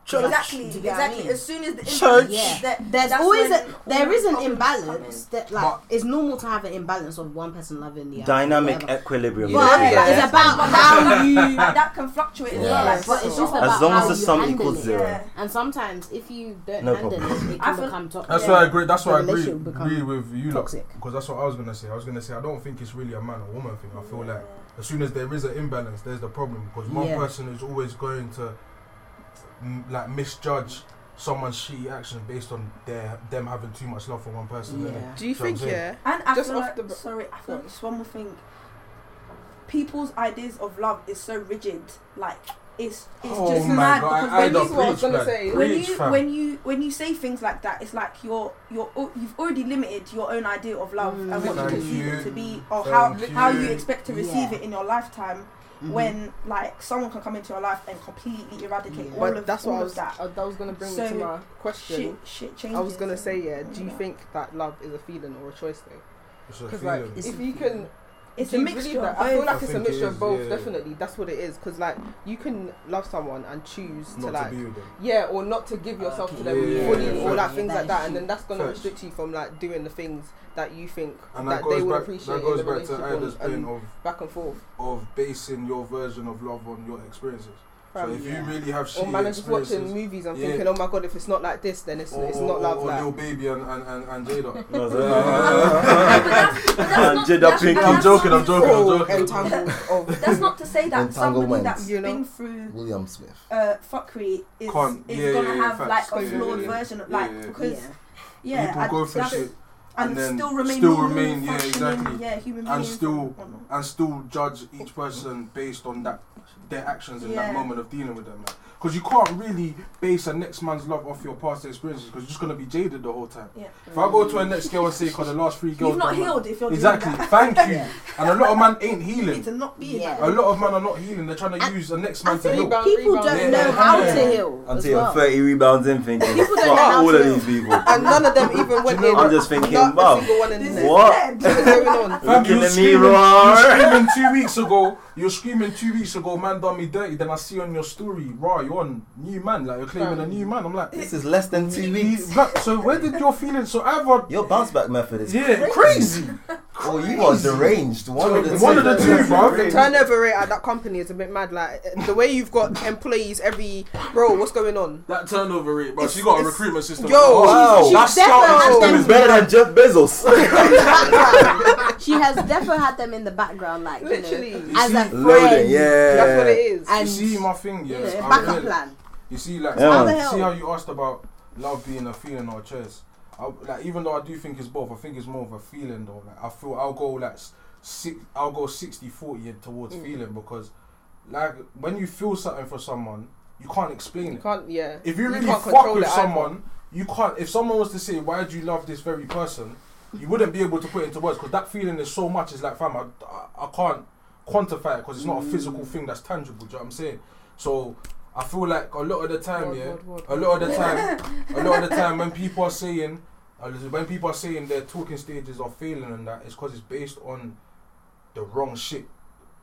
Church.
Exactly.
Do you get what I
Exactly.
mean?
As soon as the
Church.
imbalance is there,
There's
that's
always
when
a, there is an
all the
imbalance that like
But-
it's normal to have an imbalance of one person loving the other,
Dynamic
whatever.
equilibrium.
But
that's
Yeah.
it.
it's about
But
how you.
And that can fluctuate as
Yeah.
well. Like,
But it's just about
As long
how
as the
you
sum
handle
equals
it.
zero.
And sometimes if you don't
No
handle
problem.
it, it
I
can
feel-
become toxic.
That's why I agree. That's why I
The
agree,
relationship will become
agree with you lot
toxic.
because that's what I was gonna say. I was gonna say I don't think it's really a man or woman thing. I feel like as soon as there is an imbalance, there's the problem because one
Yeah.
person is always going to mm, like misjudge someone's shitty actions based on their them having too much love for one person. innit?
Yeah.
Do you
So I'm
think
saying-
yeah?
And I
Just
feel
off
like,
the br-
sorry, I feel
Sorry.
like just one more thing. People's ideas of love is so rigid. Like it's it's
Oh
just
my
mad
God,
because
I- I
when
don't
you
what I was
preach,
gonna
like,
say.
when
preach,
you
fam.
when you when you say things like that, it's like you're you're al- you've already limited your own idea of love
Mm.
and what
Thank
you perceive
you.
it to be, or how
Thank
how
you.
you expect to receive
Yeah.
it in your lifetime.
Mm-hmm.
Mm-hmm.
When like someone can come into your life and completely eradicate
Yeah.
all
But
of
that's
all
what I
of
was.
that
I, that was gonna bring me to
So,
my question.
shit shit changes.
I was gonna
and-
say yeah. Do you
Yeah.
think that love is a feeling or a choice thing?
It's a
Because like,
feeling.
It's
if
a
you
feeling.
can,
it's
do
a
you believe
mixture
that?
of
I feel
both?
like it's
I
a
think it
mixture
is,
of both.
yeah.
Definitely, that's what it is. Because like, you can love someone and choose to
not
like,
to be with them.
yeah, or not to
Uh,
give yourself to them
Okay. Yeah,
fully,
yeah,
or
yeah.
like things like that, and then that's gonna
Facts.
restrict you from like doing the things that you think
And that
that they
goes
would
back.
appreciate
That goes
in the
back to Ida's
relationship and,
point
and
of
back and forth.
of basing your version of love on your experiences. So
Fam.
if you really have
Or
shitty
man, I'm just watching
experiences,
movies and
Yeah.
thinking, oh my god, if it's not like this, then it's
or,
it's
or-
not love.
or
like,
Lil Baby and and and, and Jada.
No, no, no,
But
no, no.
that's, but that's
And
not,
Jada
that's,
Pinkett.
and
I'm
that's
joking.
not-
I'm joking.
oh,
I'm joking.
entangled. oh,
That's not to say that somebody
Entanglement.
that's
You know?
been through
William Smith.
uh, fuckery is,
Con-
is
yeah,
gonna
yeah, yeah,
have
facts.
like a
Yeah,
flawed
yeah, yeah.
version of like
Yeah, yeah.
because
Yeah.
yeah,
People
and
go through
that's-
shit
and,
and then
still remain
still
normal,
remain- yeah,
functioning,
exactly.
yeah human
And
beings
still-
whatnot.
and still judge each person based on that their actions in that
Yeah.
moment of dealing with them. Because you can't really base a next man's love off your past experiences because you're just gonna be jaded the whole time.
Yeah.
If I go to a next girl and say, "Cause the last three girls,"
you've not
done that-
healed if you're
Exactly.
doing that.
Thank you. And a lot of man ain't
You need
healing.
to not be
Yeah.
yeah.
A lot of men are not healing. They're trying to use the next man to
think
heal.
Rebound,
People
rebound.
don't
Yeah.
know how to
Yeah.
heal. as
Until you're
well.
30 rebounds in thinking,
People don't
fuck
know how
all
to
of
heal.
these people.
and none of them even went in.
I'm just thinking,
not a
wow,
single one in there.
what?
What's going on?
Fam,
Look in
you
the
was screaming-
mirror.
You were screaming two weeks ago. You're screaming two weeks ago. Man done me dirty. Then I see on your story, raw, you're on new man. Like you're claiming a new man. I'm like,
This is less than two weeks.
Like, so where did your feelings? So either
Your bounce back method is.
yeah, crazy.
Oh, you are deranged. One of the
One
two.
of the two, bro.
The turnover rate at that company is a bit mad. Like the way you've got employees every bro, what's going on?
That turnover rate, bro.
It's-
She got a
it's-
recruitment system.
Yo,
uh,
Wow.
that
definitely
scouting system is
has
Better than Jeff Bezos.
background. she has definitely had them in the background, like
Literally.
you
You
know, as a
see-
friend.
Loading, yeah.
That's what it is.
And
You see my thing,
you
yeah.
know,
I
backup
really-
plan.
You see, like,
Yeah. How
the
see
hell?
how you asked about love being a feeling or a choice. I, like, even though I do think it's both, I think it's more of a feeling though. Like, I feel I'll go like six, I'll go 60 40 in towards
Mm.
feeling because, like, when you feel something for someone, you can't explain
You
it.
can't, yeah.
If you really
can't
fuck
control
with
it either.
someone, you can't. If someone was to say, "Why do you love this very person?" you wouldn't be able to put it into words because that feeling is so much. It's like, fam, I, I, I can't quantify it because it's not a physical thing that's tangible. Do you know what I'm saying? So I feel like a lot of the time,
Word,
yeah,
word, word.
a lot of the time, a lot of the time when people are saying, uh, listen, when people are saying their talking stages are failing and that, it's because it's based on the wrong shit.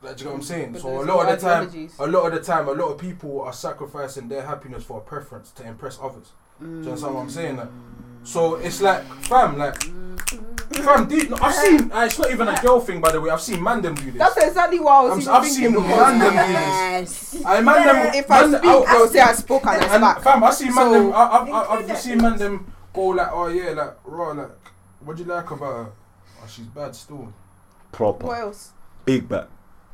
Like, do you know what I'm saying?
Mm, But
so a
there's
lot
no
of the time,
ideologies.
a lot of the time, a lot of people are sacrificing their happiness for a preference to impress others. Do you understand what I'm saying? Like, so it's like, fam, like, fam, deep, no, I've seen, uh, it's not even a girl thing, by the way, I've seen man them do this.
That's exactly what I was
I'm-
even
I've
thinking.
seen
because
man them do this.
Yes.
I man them,
if I
man-
speak, I'll say I spoke and I
and
smack.
fam, I see man
So-
them. I, I, I,
Include
I've
that
seen man them go like, oh yeah, like raw, like, what do you like about her? Oh, she's bad still.
Proper.
What else?
Big back.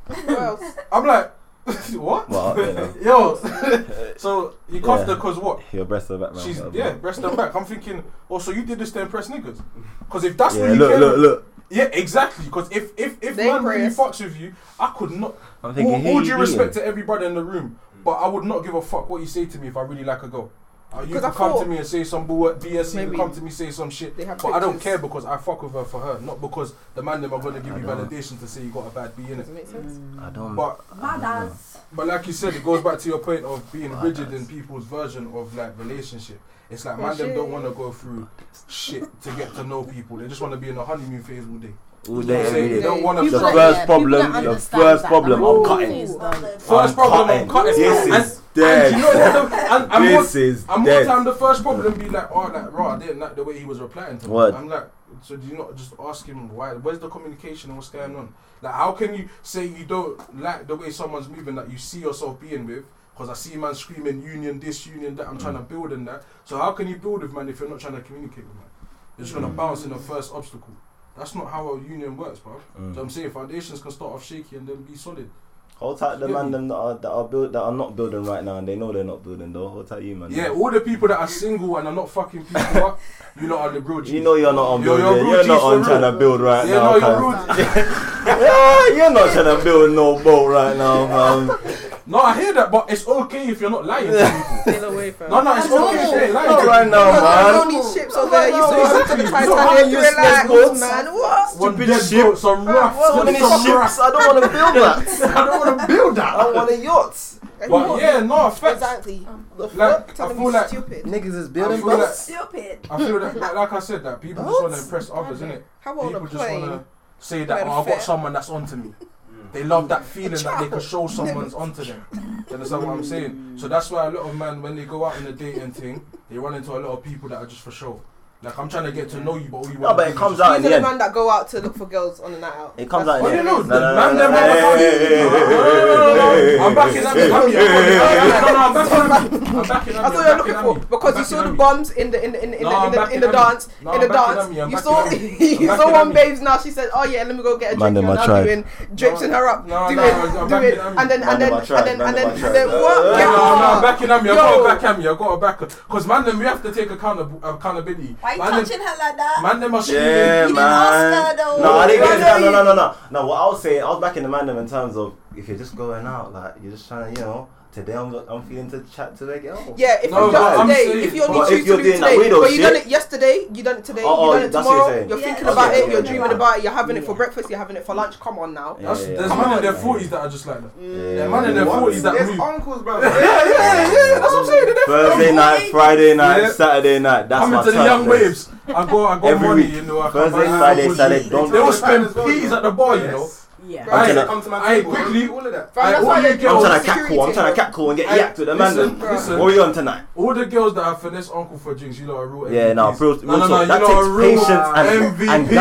What else?
I'm like, what?
Well, you know,
Yo, so you cuffed her
Yeah.
cause what?
your breast of the back, man.
She's
whatever.
yeah, breast and back. I'm thinking, oh, so you did this to impress niggas? Because if that's
Yeah,
what you
look,
care-
look, look.
yeah, exactly. Because if if if
They
man really
impress.
fucks with you, I could not.
I'm thinking,
All,
who
all
you
due
being?
respect to every brother in the room, but I would not give a fuck what you say to me if I really like a girl. Uh, you
'Cause
could
I
come to
thought-
me and say some bull BS, you could
Maybe
come to me say some shit,
they
but
have
I don't
pictures.
care because I fuck with her for her, not because the man them are gonna give you validation to say you got a bad B in it.
Doesn't make sense.
I don't.
But
Mad as.
but like you said, it goes back to your point of being rigid in people's version of like relationship. It's like man them don't want to go through shit to get to know people. They just want to be in the honeymoon phase all day.
all
You know what
day,
I'm
every
saying? They
day.
don't want
The
to.
People
first
don't- yeah, people
problem-
don't
the
understand
first
that
problem,
the
I'm
whole
cutting.
thing is done.
I'm
First problem,
cutting.
I'm cutting.
This
And
is
And
dead.
you know what the- and- and
This
more-
is
And more
dead.
time the first problem be like, oh, like, raw, I didn't like the way he was replying to me.
Word.
I'm like, so do you not just ask him why? Where's the communication and what's going on? Like, how can you say you don't like the way someone's moving that you see yourself being with? Because I see man screaming union, this union, that. I'm trying
Mm.
to build in that. So how can you build with man if you're not trying to communicate with man? You're just
Mm.
gonna bounce in the first obstacle. That's not how a union works, bro.
Mm.
So I'm saying foundations can start off shaky and then be solid.
Hold tight the
Yeah.
man them that are that are build that are not building right now and they know they're not building though. Hold tight you man.
Yeah, all the people that are single and are not fucking people up, you lot are the real G's.
You know you're not on
You're-
building.
you're
You're,
real Gs
not
for
on
real.
trying to build right
Yeah,
now.
no, you're
cuz. yeah, you're not trying to build no boat right now, man.
No, I hear that, but it's okay if you're not lying to people. No, no, it's
I know.
okay if you ain't lying.
Not
to
right
people.
now, man.
All these ships over there, you saw you took the
Exactly. So how
Titanic,
you
you're
useless
like,
boats?
man, what?
One dead boat, some rough,
what-
some
what-
some rough.
I don't want to build that.
I don't want to build that.
Oh,
I want a yacht.
But yeah, no, facts.
Exactly.
The
Like,
Tell
I
them
feel
he's
like,
stupid.
Niggas is
I
building
feel like,
boats.
Stupid.
I feel that, like, like I said, that people just want to impress others, innit?
How about on a
People just want
plane?
to say
Where
that,
the
oh, I've got
fare-
someone that's onto me. They love that feeling that they can show someone's onto them. Do you understand what I'm saying? So that's why a lot of men, when they go out on a dating thing, they run into a lot of people that are just for show. Like, I'm trying to get to know you, but all you
No,
want
but
to
it
do
comes
is
out
These
in the
are the
end.
man that go out to look for girls on a night out.
It comes
That's
out in the
Oh, you
end.
know,
No, no, no,
the man,
no,
them
no,
man,
no, no,
no,
no, no, no, no, no, no.
I'm back in Abbey. I'm back in Abbey. I'm back in Abbey.
That's what you're looking for because you saw the bombs in the in the in the in,
No,
the,
I'm
in, the,
back
in the
in Ami.
dance
No,
in
I'm
the
back in
dance.
Ami. I'm
you
back
saw
in Ami.
you
I'm
saw
back in
one
Ami.
babes now. She said, "Oh yeah, let me go get a
Man, them
drink."
I
You're now
tried.
doing drapesing her up,
No, no, I'm
doing
back
doing,
in Ami.
and then
Man,
and
them
then
I tried.
and then
Man,
and
them I
then
tried.
and then
Uh,
what?
Yeah, no, no, back in Ami. I got
Yo.
a back Ami. I got a back. Because man, them, we have to take account- accountability.
Why you
Man, them-
touching her like that?
Man, them are
Yeah,
screaming.
didn't
man.
ask her, though.
No, I didn't get
Why
no, no, no, no, no. No, what I was saying, I was back in the man them in terms of if you're just going out, like you're just trying to, you know, today I'm, I'm feeling to chat to the girl.
Yeah, if
No,
you
but
done
I'm
it today,
saying-
if you only
But
choose
if you're
to do
doing that
today,
weirdo
but you done
shit-
it yesterday, you done it today,
Oh, oh,
you done it
that's what you're
tomorrow, you're,
saying.
Yeah,
thinking
that's
about
what
it,
you're
you're
saying.
dreaming about it, you're having it for breakfast, you're having it for lunch. Come on now.
Yeah,
That's,
yeah,
there's
yeah.
man in their
Yeah.
40s that are just like that.
Yeah,
There's man in their 40s that
There's
move.
uncles, bro. Yeah,
Yeah, that's what I'm saying. they're there.
Thursday night, Friday night,
Yeah.
Saturday night. That's
Coming
my
to the
time,
young
man.
waves. I go, I go
Every
money,
week.
you know. I can
Thursday,
buy
Friday,
apples.
Saturday. Don't
They all
I'm
spend peas at the bar, you know.
Yeah.
Right,
trying
Come to my
Hey,
table.
quickly.
All of that.
Fam, that's
all
why
you
they're
girls-
doing
trying to
security,
cackle. I'm trying to
bro.
cackle and get
Hey,
yacked with the man.
listen,
them.
listen.
What we on tonight?
All the girls that have finesse uncle for drinks, you know, are real.
Yeah, no,
MVPs.
real, real
no, no, no,
talk.
you
That
lot are real
takes patience and, and
MVPs.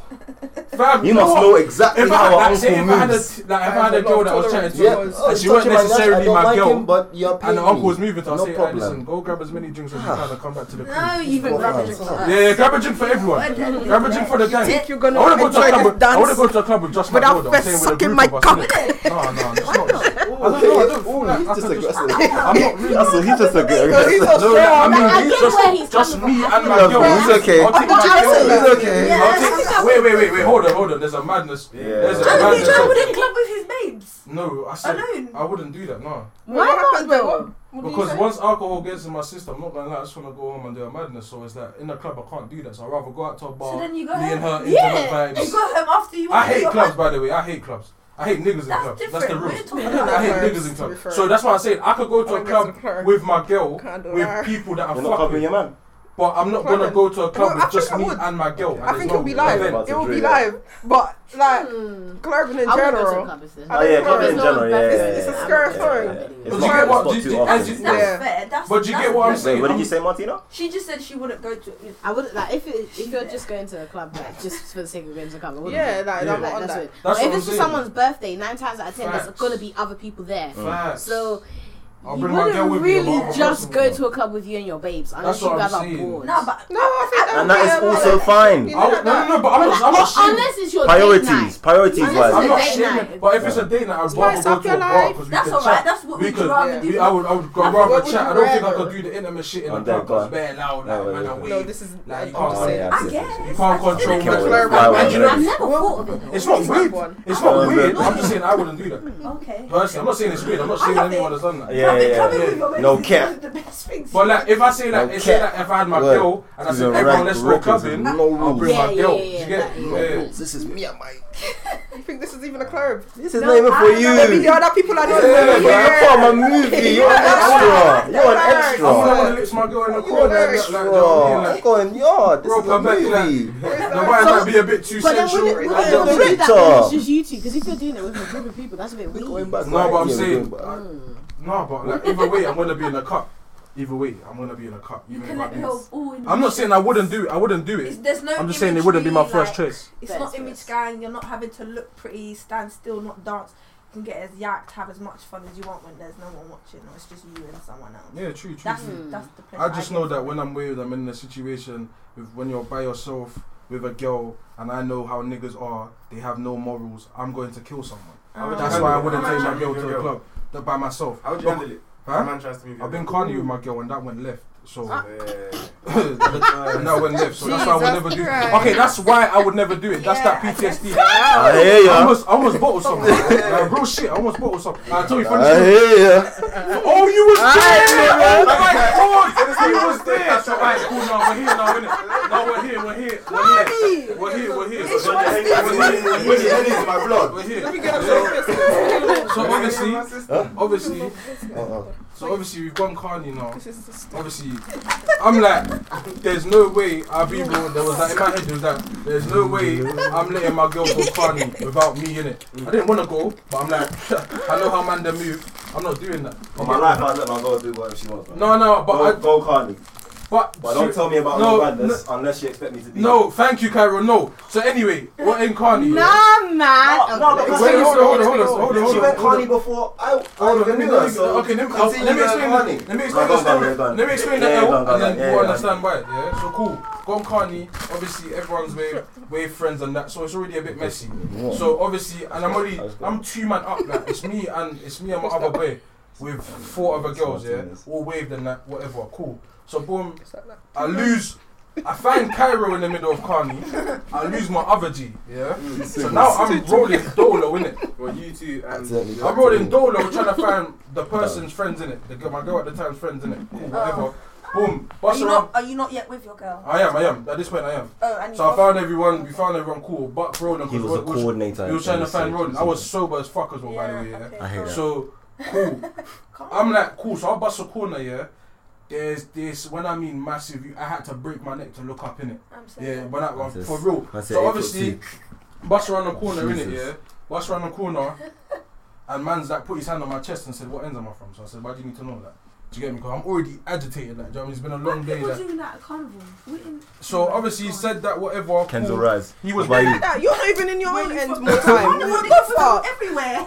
guile.
Fam,
You must
what?
know exactly
if I,
how
like,
an
say,
uncle
if I had a,
moves.
t- like, if I had a
have a
girl
lot
that
of
was chatting
tolerance.
to
Yeah.
us,
Oh,
and she wasn't necessarily my, girl,
but you're
and the uncle was moving to us, say, hey, listen, go grab as many drinks
Ah.
as you can and come back to the
No,
crew.
you even
Well,
grab
that's
it.
all.
Yeah, yeah, grab a drink for everyone. Grab a drink for the gang.
Think you're gonna
I want to go to a
enjoy
club.
this
With, I want to
dance
go to a club with just my
without
brother. I'm
first
saying with a
sucking
group
my
of us,
cup?
innit? No, no, it's not. I don't know. I don't feel like I
He's just aggressive.
can just. I'm
That's what he's just aggressive.
not really.
Because he's so
No,
strong.
I mean,
I get
just,
where he's
just
coming
me
from.
and my
No,
girl.
it's okay.
I'll take my
Jackson.
girl.
It's okay.
Yeah.
I'll take- Wait, wait, wait, wait. Hold on, hold on. There's a madness.
Yeah.
There's a
I
Why would he
madness.
travel in club with his babes?
No, I said
Alone?
I wouldn't do that. No,
What
not,
happened though?
Hmm.
though?
What did you
because
say?
once alcohol gets in my system, I'm not gonna lie. I just wanna go home and do a madness. So it's like in the club, I can't do that. So I'd rather go out to a bar.
So then you go
me and her
Yeah.
intimate
You
vibes.
got him after you
I
went to
hate
your
clubs,
husband.
by the way. I hate clubs. I hate niggas in
That's
clubs. That's the
different.
rules.
We're talking
I hate
about
niggas in
clubs, to be fair.
clubs. So that's why I said I could go to
I
a
don't get
club
to club.
with my girl,
Can't do that.
with people that I'm
You're not
fucking
covering your
with,
man.
but I'm not gonna
Clubbing.
go to a
Well,
club
I
with just
think
me
I would.
and my girl. and
I
there's
think
no
it'll be
event.
live.
About to
It will be
drill
live, but like
Hmm.
clothing in
I would go to a
general.
club if there's-
Oh yeah, club in
It's
general. Yeah,
not-
yeah, yeah,
it's- it's a
yeah.
scary story.
Yeah, yeah, yeah. It's
But
not
you get
a
what-
spot
do you-
too
as
often. It's
you-
That's
not-
Yeah.
fair. That's,
But you
that's
get what I'm saying?
Wait, what
I'm-
did you say, Martina?
She just said she wouldn't go to.
I wouldn't like if it, if you're just going to a club like just for the sake of going to a club. I wouldn't
Yeah, like
Yeah.
I'm
Like,
not on
that's
that.
weird.
That's
but
what
if
I'm
it's for
saying.
somene's birthday, nine times out of ten, there's
Facts.
gonna be other people there.
Facts.
So
I'll
you
bring my girl
wouldn't
with me,
really
but I'll
just
bring
go
someone.
to a club with you and your babes unless
That's
you
what
guys
I'm
are
saying.
bored.
No, but
No, I think
And that is
yeah,
also
like-
fine.
I would- No, no, no. But I'm not. I'm not
unless,
shaming.
unless it's your date
Priorities,
night.
priorities
I'm
wise.
Unless
not
It's a date
shaming.
night.
But if it's a date night, I'd rather
Spice
go
up
to a
your
bar
life.
because we
That's
can
alright.
chat.
That's what
we
we'd
could,
rather do.
we, I would, I would go
That's
rather
what we
chat. I
would
don't think I
rather.
could do the intimate shit in
Oh,
the
there you
club
go.
because bare loud,
No,
like,
wait,
man, I
wait, wait.
No,
wave.
this is
Like,
I
you
can't
can't
Oh,
say
yeah,
that.
I
yes, yes, yes.
You
guess.
can't control
I
what
didn't-
the
Fireworks,
club and you
I've
know,
never thought of it.
It's not
It's
weird.
that one.
It's not
Oh,
weird.
no.
I'm just saying I wouldn't do that.
Okay.
Personally, I'm not saying it's weird. I'm not saying
love
anyone
it.
has done that.
Yeah, yeah, yeah.
Clubbing with your babes
No
is
cap.
one of the best things.
But like, if I say that,
No
if say
cap.
that, if I had my
Look,
girl and I
this
said,
is a
everyone,
rank
let's go
record, there's
clubbing,
no
I'll
rules.
bring
Yeah,
my
yeah,
girl.
yeah,
Do you get?
that is-
No
Yeah.
rules. This is me and my.
You think this is even a club?
This is not even for you.
Maybe there are other people I know.
Yeah, you're from a movie. You're an extra. You're an extra.
I'm not gonna lick my girl in the corner.
You're an
like, like, do you know what
extra.
I mean? Like,
Go on, yo, this
Bro,
is a
come back, like-
movie.
there might not be a bit too
But then
sensual.
wouldn't,
Like,
the
wouldn't you do that
picture.
when it's just you two? Because if you're doing it with a group of people, that's a bit weird.
Going back,
No, but I'm
yeah, going
saying-
back.
No, but like either way, I'm gonna be in a cup. Either way, I'm gonna be in a cup.
You
Even
can
if I
let
do.
yourself all in.
I'm not saying I wouldn't do it. I wouldn't do
It's-
it.
there's no
I'm just saying it
image
wouldn't be my
really,
first
like-
choice.
It's not image scan. You're not having to look pretty, stand still, not dance. You can get as yacked, have as much fun as you want when there's no one watching, or it's just you and someone else.
Yeah, true, true.
That's,
true.
that's the place
Hmm. I just
get
know
from
that
it.
when I'm with, I'm in a situation with when you're by yourself with a girl, and I know how niggas are. They have no morals. I'm going to kill someone.
How would you
That's
Oh.
handle
why I
it?
wouldn't
How
take
would
my
you
girl
handle
to
your
the
girl?
club th- by myself.
How would you
Look,
handle it?
Huh?
A man tries to move your
I've been
girl. Ah,
carny with my girl, and that went left. So.
Yeah.
and that went left, so that's why I would
Jesus
never do.
Christ.
Okay, that's why I would never do it. That's that PTSD.
I hear ya.
I almost, I almost bottled something. like, real shit. I almost bottled something. I told you funny
I
story.
hear ya.
Oh, you was
I
there,
hear
man.
ya.
Oh, you was there. So, alright, cool. Now we're here. Now we're here. Now we're here. We're here. We're here. We're here. We're here.
It's my sister.
We're here. We're here.
It is my
Uh-uh.
blood.
We're here.
Let me get up there.
So- So
Let me get
obviously,
my sister.
obviously, so obviously we've gone carny now. Obviously, I'm like, there's no way I've even there was that in my head there was that there's no way I'm letting my girl go carny without me in it. I didn't want to go, but I'm like, I know how man they move. I'm not doing that.
On my life, I let my girl do whatever she wants. Man.
No, no, but
go,
I-
go carney.
But,
But don't
she-
tell me about
no,
no madness
no-
unless you expect me to be.
No, thank you, Cairo. No. So anyway, we're in carny.
Nah, man.
No, no, but
Wait, hold on, hold on, hold on, hold on, hold
She
on,
went
hold
carney
on.
before I. I
Hold on, let me,
knew
let
her,
me,
so
okay, let me, I'll-
continue
let me
going
explain
carney.
that. Let me
No,
explain the
go on, go
story.
on, go on.
Let me explain
Yeah,
that out,
go on, go on,
and then
yeah,
we'll
go on.
understand why. Yeah, so cool. Gone Carney, obviously everyone's way, way friends and that, so it's already a bit messy.
Yeah.
So obviously, and I'm already, I'm two man up. Like it's me and it's me and my other boy with four other girls. Yeah, all waved and that, whatever. Cool. So boom, I lose. I find Cairo in the middle of Carney. I lose my other G. Yeah. So now I'm rolling dolo in it.
Well, you two and
Accidentally.
I'm rolling dolo trying to find the person's friends in it. The, girl- my girl at the time's friends in it. Cool, whatever. Boom.
Oh. Are
Bust
you,
her
not,
up.
are you not yet with your girl?
I am, I am. At this point, I am.
Oh, and
so
you
I found everyone. We found everyone cool, but Roland.
He
'cause
was a
Rod- was-
coordinator
He was trying to
at the
find
same
Roland. I
time.
was sober as fuck as well, by the way. Yeah.
I hear that.
So cool. I'm like cool. So I bust a corner. Yeah. There's this. When I mean massive, you- I had to break my neck to look up in it.
I'm sorry.
Yeah, but that was
That's
for
it.
real.
That's it, eight
so
foot
obviously,
two.
bust around the corner, innit?
Jesus.
Yeah, bust around the corner, and man's like put his hand on my chest and said, "What ends am I from?" So I said, "Why do you need to know that?" Do you get me? Because I'm already agitated. Like, do you know what I mean? It's been a long day.
People
Like.
doing that at carnival. We in-
So obviously he said that whatever.
Kenzo
cool.
Rise.
He was
Why you-
That, you're not even in your own end
fuck-
more time. What the fuck?
everywhere.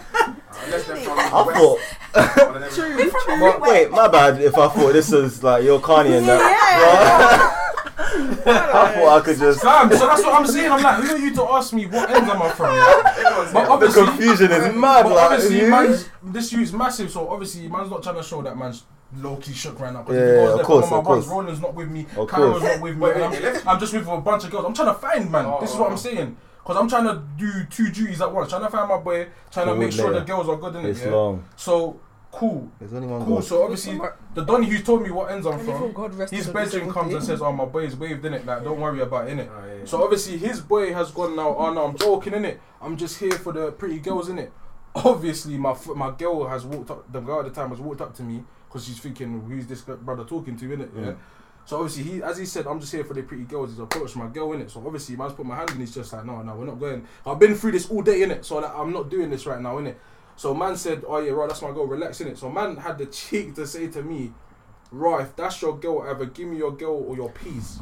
Unless they're from
I
the West.
thought.
We're from
But
everywhere.
wait, my bad. If I thought this was like your carney and that, I thought I could just.
Damn, so that's what I'm saying. I'm like, who are you to ask me what end am I from?
Everyone's
But
here.
The
obviously,
confusion is mad.
but
like,
obviously,
you-
man's, this dude's massive. So obviously, man's not trying to show that man's low key shook right now. 'cause if
Yeah,
he goes
of
there,
course,
come on,
of
my ones,
course.
Roland's not with me.
Of
Kyra's
course.
not with me.
Wait,
and
wait,
I'm,
let's-
I'm just with a bunch of girls. I'm trying to find man. this is what I'm saying. Cause I'm trying to do two duties at once. Trying to find my boy. Trying to make sure the
Coordinator.
girls are good in
It's
it. Yeah?
long.
So cool.
There's only one
Cool.
goal.
So obviously, the Donny who told me what ends I'm
And if all
from,
God rested
his
on
bedroom
this
comes and
day.
says, "Oh, my boy is waved in it. Like, don't worry about it, innit."
Oh, yeah.
So obviously his boy has gone now. Oh no, I'm joking in it. I'm just here for the pretty girls in it. Obviously, my f- my girl has walked up. The girl at the time has walked up to me because she's thinking, "Who's this g- brother talking to?" In it, yeah. So obviously he, as he said, I'm just here for the pretty girls. He's approached my girl in it. So obviously, man's put my hand in. He's just like, "No, no, we're not going." I've been through this all day in it. So like, I'm not doing this right now in it. So man said, "Oh yeah, right, that's my girl. Relax in it." So man had the cheek to say to me. Right, if that's your girl, either give me your girl or your peas.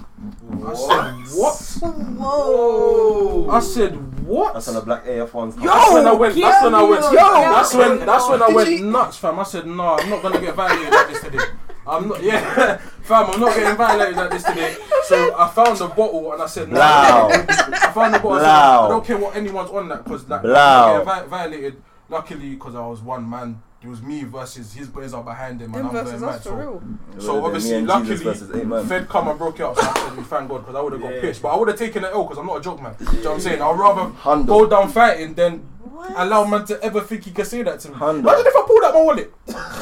I said, what?
Oh.
Whoa.
I said what?
That's on the black AF1's.
Yo,
that's when I went. That's when I went.
yo,
that's
yo.
when. That's when I
Did
went
you-
nuts, fam. I said, nah, I'm not gonna get violated like this today. I'm not. Yeah, fam, I'm not getting violated like this today. So I found the bottle and I said, nah.
Blow.
I found the bottle. I, said,
Blow.
I don't care what anyone's on that because like
Blow.
I get vi- violated. Luckily, because I was one man. It was me versus his boys are behind him, and
Them
I'm
versus
going
us
mad.
for
So,
real.
so
It would've been me
obviously,
and
luckily,
Jesus versus eight man.
Fed come and broke it up. So I said, we thank God, because I would have got
Yeah.
pissed. But I would have taken an L because I'm not a joke, man. Do you know what I'm saying? I'd rather
Hundo.
go down fighting than allow man to ever think he can say that to me.
Hundo.
Imagine if I pulled out my wallet.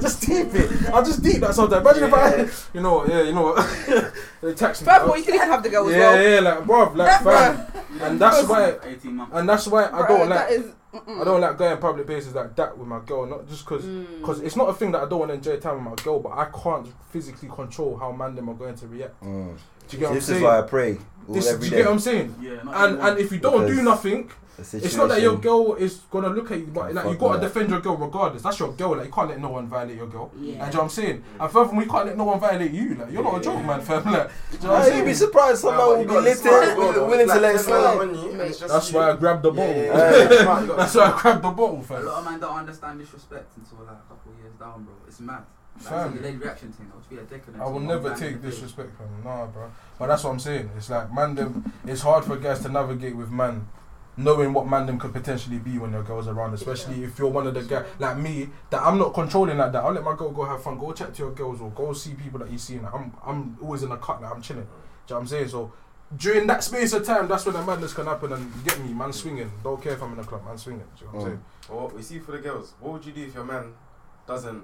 just deep it. I'll just deep that sometimes. Imagine if I, you know, yeah, you know, they text me.
Furthermore, you can even have the girl
yeah,
as well.
yeah, like, bruv, like, fam. and that's why,
18 months.
and that's why I
Bro,
don't like,
that is- mm-mm.
I don't like going public places like that with my girl. Not just because,
Mm,
because it's not a thing that I don't want to enjoy time with my girl, but I can't physically control how man them are going to react.
Mm.
Do you get what I'm
This is
saying?
why I pray all
This-
every
do you
day.
get what I'm saying?
Yeah, not
and
everyone.
and if you don't do
Because
nothing,
the
it's not that your
situation-
girl is gonna look at you, but like you
fuck
gotta
that.
defend your girl regardless. That's your girl. Like you can't let no one violate your girl.
Yeah.
And do you know what I'm saying? And furthermore, we can't let no one violate you. Like you're not a joke, man, fam. Like, do you know what I'm
Nah, you'd
saying?
be surprised someone Nah, but will you be gotta little, smile, will- bro. willing to Like, let it it's not slide. on you, and it's just
That's
you.
why I grabbed the
Yeah,
bottle.
yeah, yeah. You gotta
That's why I grabbed the bottle,
A
fam.
lot of men don't understand disrespect until like a couple of years down, bro. It's mad. That's
Fam.
a delayed reaction thing. I'll just be a dick and
I will
then
never
bang in
take
the face.
disrespect from them, nah, bro. But that's what I'm saying. It's like man, them. It's hard for guys to navigate with man, knowing what man them could potentially be when your girl's around. Especially if you're one of the guys like me that I'm not controlling like that. I'll let my girl go have fun, go chat to your girls, or go see people that you see. Like, I'm I'm always in a cut, like I'm chilling. Do you know what I'm saying? So during that space of time, that's when the madness can happen. And you get me, man, swinging. Don't care if I'm in the club, man, swinging. Do you know what I'm saying?
Or what we see for the girls. What would you do if your man doesn't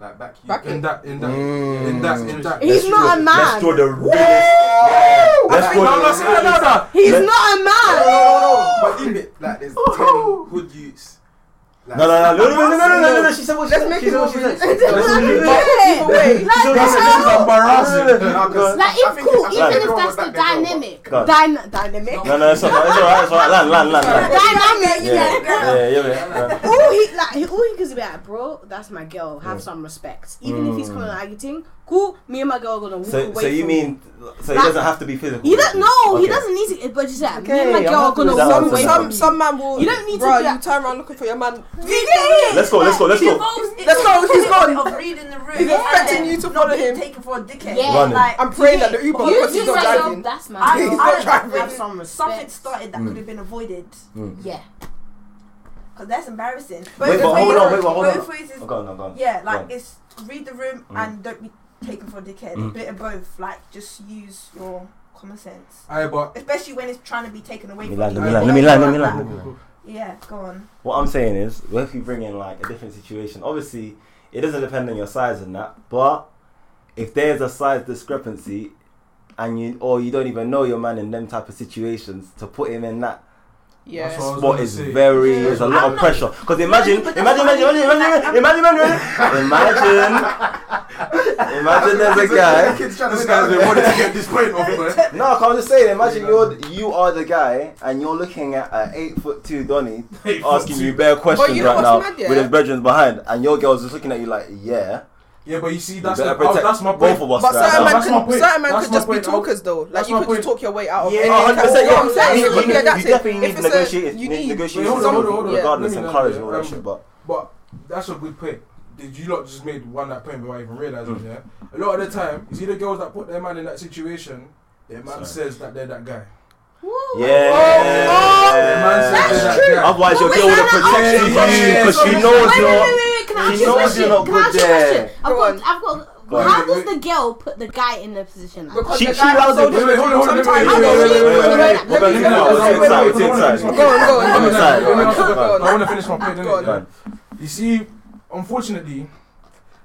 like back you?
Back in that, in that,
Mm.
in that, in that.
He's
Let's
not
draw-
a man.
Let's draw the
Woo!
realest. Yeah.
Let's
I
draw
think-
the
no, no, no, no, no.
realest. He's
Let's-
not a man. No, no, no, no. But in it, like there's ten hood youths. Like,
No, no, no, no, no, no, no, no, no, no, no, she
said what she said. She said what she said.
Like,
Like, if cool,
it's-
even
Like,
if that's the dynamic.
Go on.
Dyna- dynamic.
No, no, it's alright, it's alright, it's alright. Land, land, land, land.
Dynamic,
Yeah,
yeah.
yeah, yeah, yeah.
all he like he, all he could be like, bro, that's my girl. Have some respect, even if he's
Mm.
coming and agitating. Cool, me and my girl are gonna walk
So,
away.
so you
from
mean, so it
Like-
doesn't have to be physical?
You don't know. He
Okay.
doesn't need to. But you said me
Okay,
and my
I'm
girl are
happy
gonna
with that
walk
answer
away.
now.
from
Some
you.
some man will.
You don't need to
bruh,
do
You
that.
turn around looking for your man.
Let's go, let's go, let's go.
Let's go. He's gone.
Of reading the room.
He's
yeah,
expecting you to
not
follow
being
him.
taken for a dickhead.
Yeah,
Running. like,
I'm praying that the Uber
you-
because
you
he's not
yourself,
driving.
that's my
He's
job.
not
I-
driving.
have some Something started that
Mm.
could have been avoided.
Mm.
Yeah.
Because that's embarrassing.
Wait,
the
but hold
ways-
on, wait, but hold
both
on.
ways is-
Oh, go on, no, go on.
Yeah,
Go
like
on.
it's read the room
Mm.
and don't be taken for a dickhead.
Mm.
A bit of both. Like just use your common sense.
Aye, but-
Especially when it's trying to be taken away from
Milan,
you.
Milan, let me land, let me land, let me
Mm.
land.
Yeah, go on.
What I'm saying is, what if you bring in like a different situation? Obviously, it doesn't depend on your size and that, but if there's a size discrepancy, and you or you don't even know your man in them type of situations, to put him in that
Yeah. That's what I was
spot
gonna
is
say.
very
Yeah.
there's a lot
I'm
of
not-
pressure. Because imagine,
but
imagine,
that's
imagine,
what I
imagine, imagine, imagine, imagine, imagine there's a guy.
Kids trying to
This
sit down
guy's been
there.
wanting to get this point off, man. No, I'm just saying. Imagine you're you are the guy, and you're looking at an eight foot two Donny
Eight foot
asking
two.
you bare
But
questions
you know
right
what's
now
mad, yeah?
with his brethren behind, and your girl's just looking at you like, yeah.
Yeah, but you see,
You
that's
better
the- oh,
protect
that's my
both
point.
of us.
But
right
certain
now.
man could, certain man
That's
could
my
just be
point.
talkers though. Like you could just talk your way out of
Yeah,
any
oh,
type of-
100%,
you know what I'm
yeah. You-
saying? So,
you-
yeah,
you
that's it.
definitely need
If
to
it's a-
negotiate-
you
ne-
need-
negotiate
Wait, hold on, hold on, hold on.
regardless
Let me
and
know,
courage
yeah,
and all that shit, but-
but that's a good point. Did you lot just made one that point without even realizing?
Hmm.
Yeah, a lot of the time, you see the girls that put their man in that situation, their man
Sorry.
says that they're that guy.
Yeah.
Their man says they're that guy.
Otherwise, your girl would have protected you because she knows
wait,
you're.
Wait, wait, wait, wait, Can I ask
she
you a
knows you're not
question? Can I
good
ask you a question?
there.
I've got, I've got.
Go on.
how does the girl put the guy in a position like
Because She- the she
that?
guy allows told it. her Wait, wait, hold on, wait, wait,
How
wait,
does
wait, wait,
she
wait, wait,
put the guy-
wait, wait, wait, wait, wait, wait, wait, wait, wait, wait,
Go on, go on,
Go on,
go on,
sorry,
go on,
go on,
go on,
go on.
go on. I want to finish my point. innit? You see, unfortunately,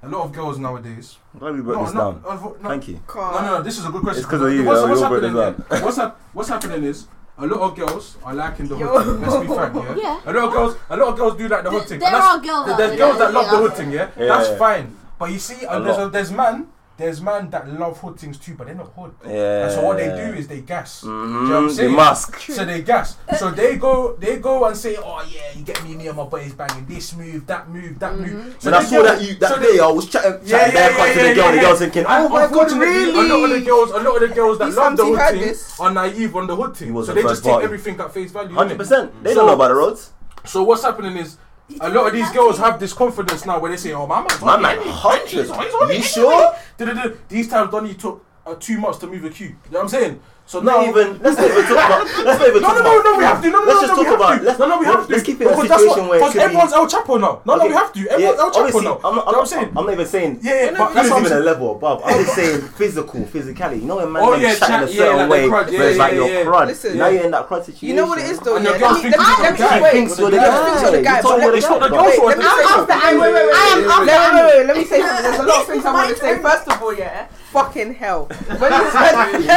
a lot of girls nowadays.
Glad we broke
No,
this
no,
down.
unfo- no.
Thank you.
No, no, no, this is a good question.
It's 'cause of you, uh,
What's,
yeah,
what's
we all broke
happening?
this down.
yeah? What's, hap- what's happening is a lot of girls are liking the hood thing. Let's be frank, yeah?
Yeah.
A lot of girls, a lot of girls do like the hood thing. and
there
that's-
are girls
there-
out
There's
there
girls
that
that love the
love
hood thing, yeah.
Yeah,
That's
yeah.
fine. But you see,
A
uh, there's,
lot.
a, there's man. There's man that love hood things too, but they're not hood.
Yeah.
And so what they do is they gas. Do you know what
Mhm,
I'm
they
saying?
mask.
So they gas. So they go, they go and say, "Oh yeah, you get me, me and my buddies banging this move, that move, that
Mm-hmm.
move."
When I
they
saw
go-
that you that
so they-
day, I was chatting, chatting bare cunt to the girl. The girl's thinking, "Oh my god,
Unfortunately,
really?"
A lot of the girls, a lot of the girls that
These
love the
times he
hood
heard
thing
this.
are naive on the hood thing,
was
so
a
they
third
just take
party.
everything at face value.
100%. They
innit?
don't know
So-
about the roads.
So what's happening is. A lot of these girls have this confidence now where they say, "Oh, my man's
My
on
man
it, he's on it,
hundred.
he's on it, he's on
You
it, he's
sure?
on it." Da-da-da. These times, Donny took uh, two months to move a cue. You know what I'm saying? So now,
even- let's not even talk about- let's not even
no,
talk
no, no,
about-
no, we have to. No, no,
Let's
no,
just
no, we
talk
have
about-
to.
let's-
no, no, we
let's-
have to.
let's keep it in a
Because that's what-
situation where it
because
could be-
everyone's El Chapo now. No, no,
Okay.
we have to.
Yeah,
Everyone's El Chapo
obviously,
now.
I'm, not-
You know
I'm,
what I'm
not-
saying?
I'm not even saying.
Yeah, yeah,
no, no,
but that's
even
what I'm
a
saying.
level above. I'm just saying physical, physicality. You know, when man
Oh,
them
yeah,
chat in a
chat- yeah,
certain
like the
way,
crud,
where it's
yeah,
like
yeah,
your
yeah.
crud.
Listen.
now you're in that crud situation.
You know what it is though.
And
yeah?
your
Let
girls
me-
think
let me-
you're
let me
the guy.
just wait.
Thinks you're the
Let me just
guy.
finish the guy,
You
but
told
let
her
me-
to stop.
let me-
Girls
wait,
want to
let me say
stop.
something.
I am
Wait, wait, wait,
off the
wait, wait, wait, wait, wait, wait, wait, wait, wait, Let me say something. There's a lot of things I want to say. First of all, yeah, fucking hell. When you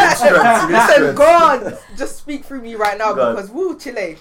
said, listen, God, just speak through me right now
God.
because woo, Chile.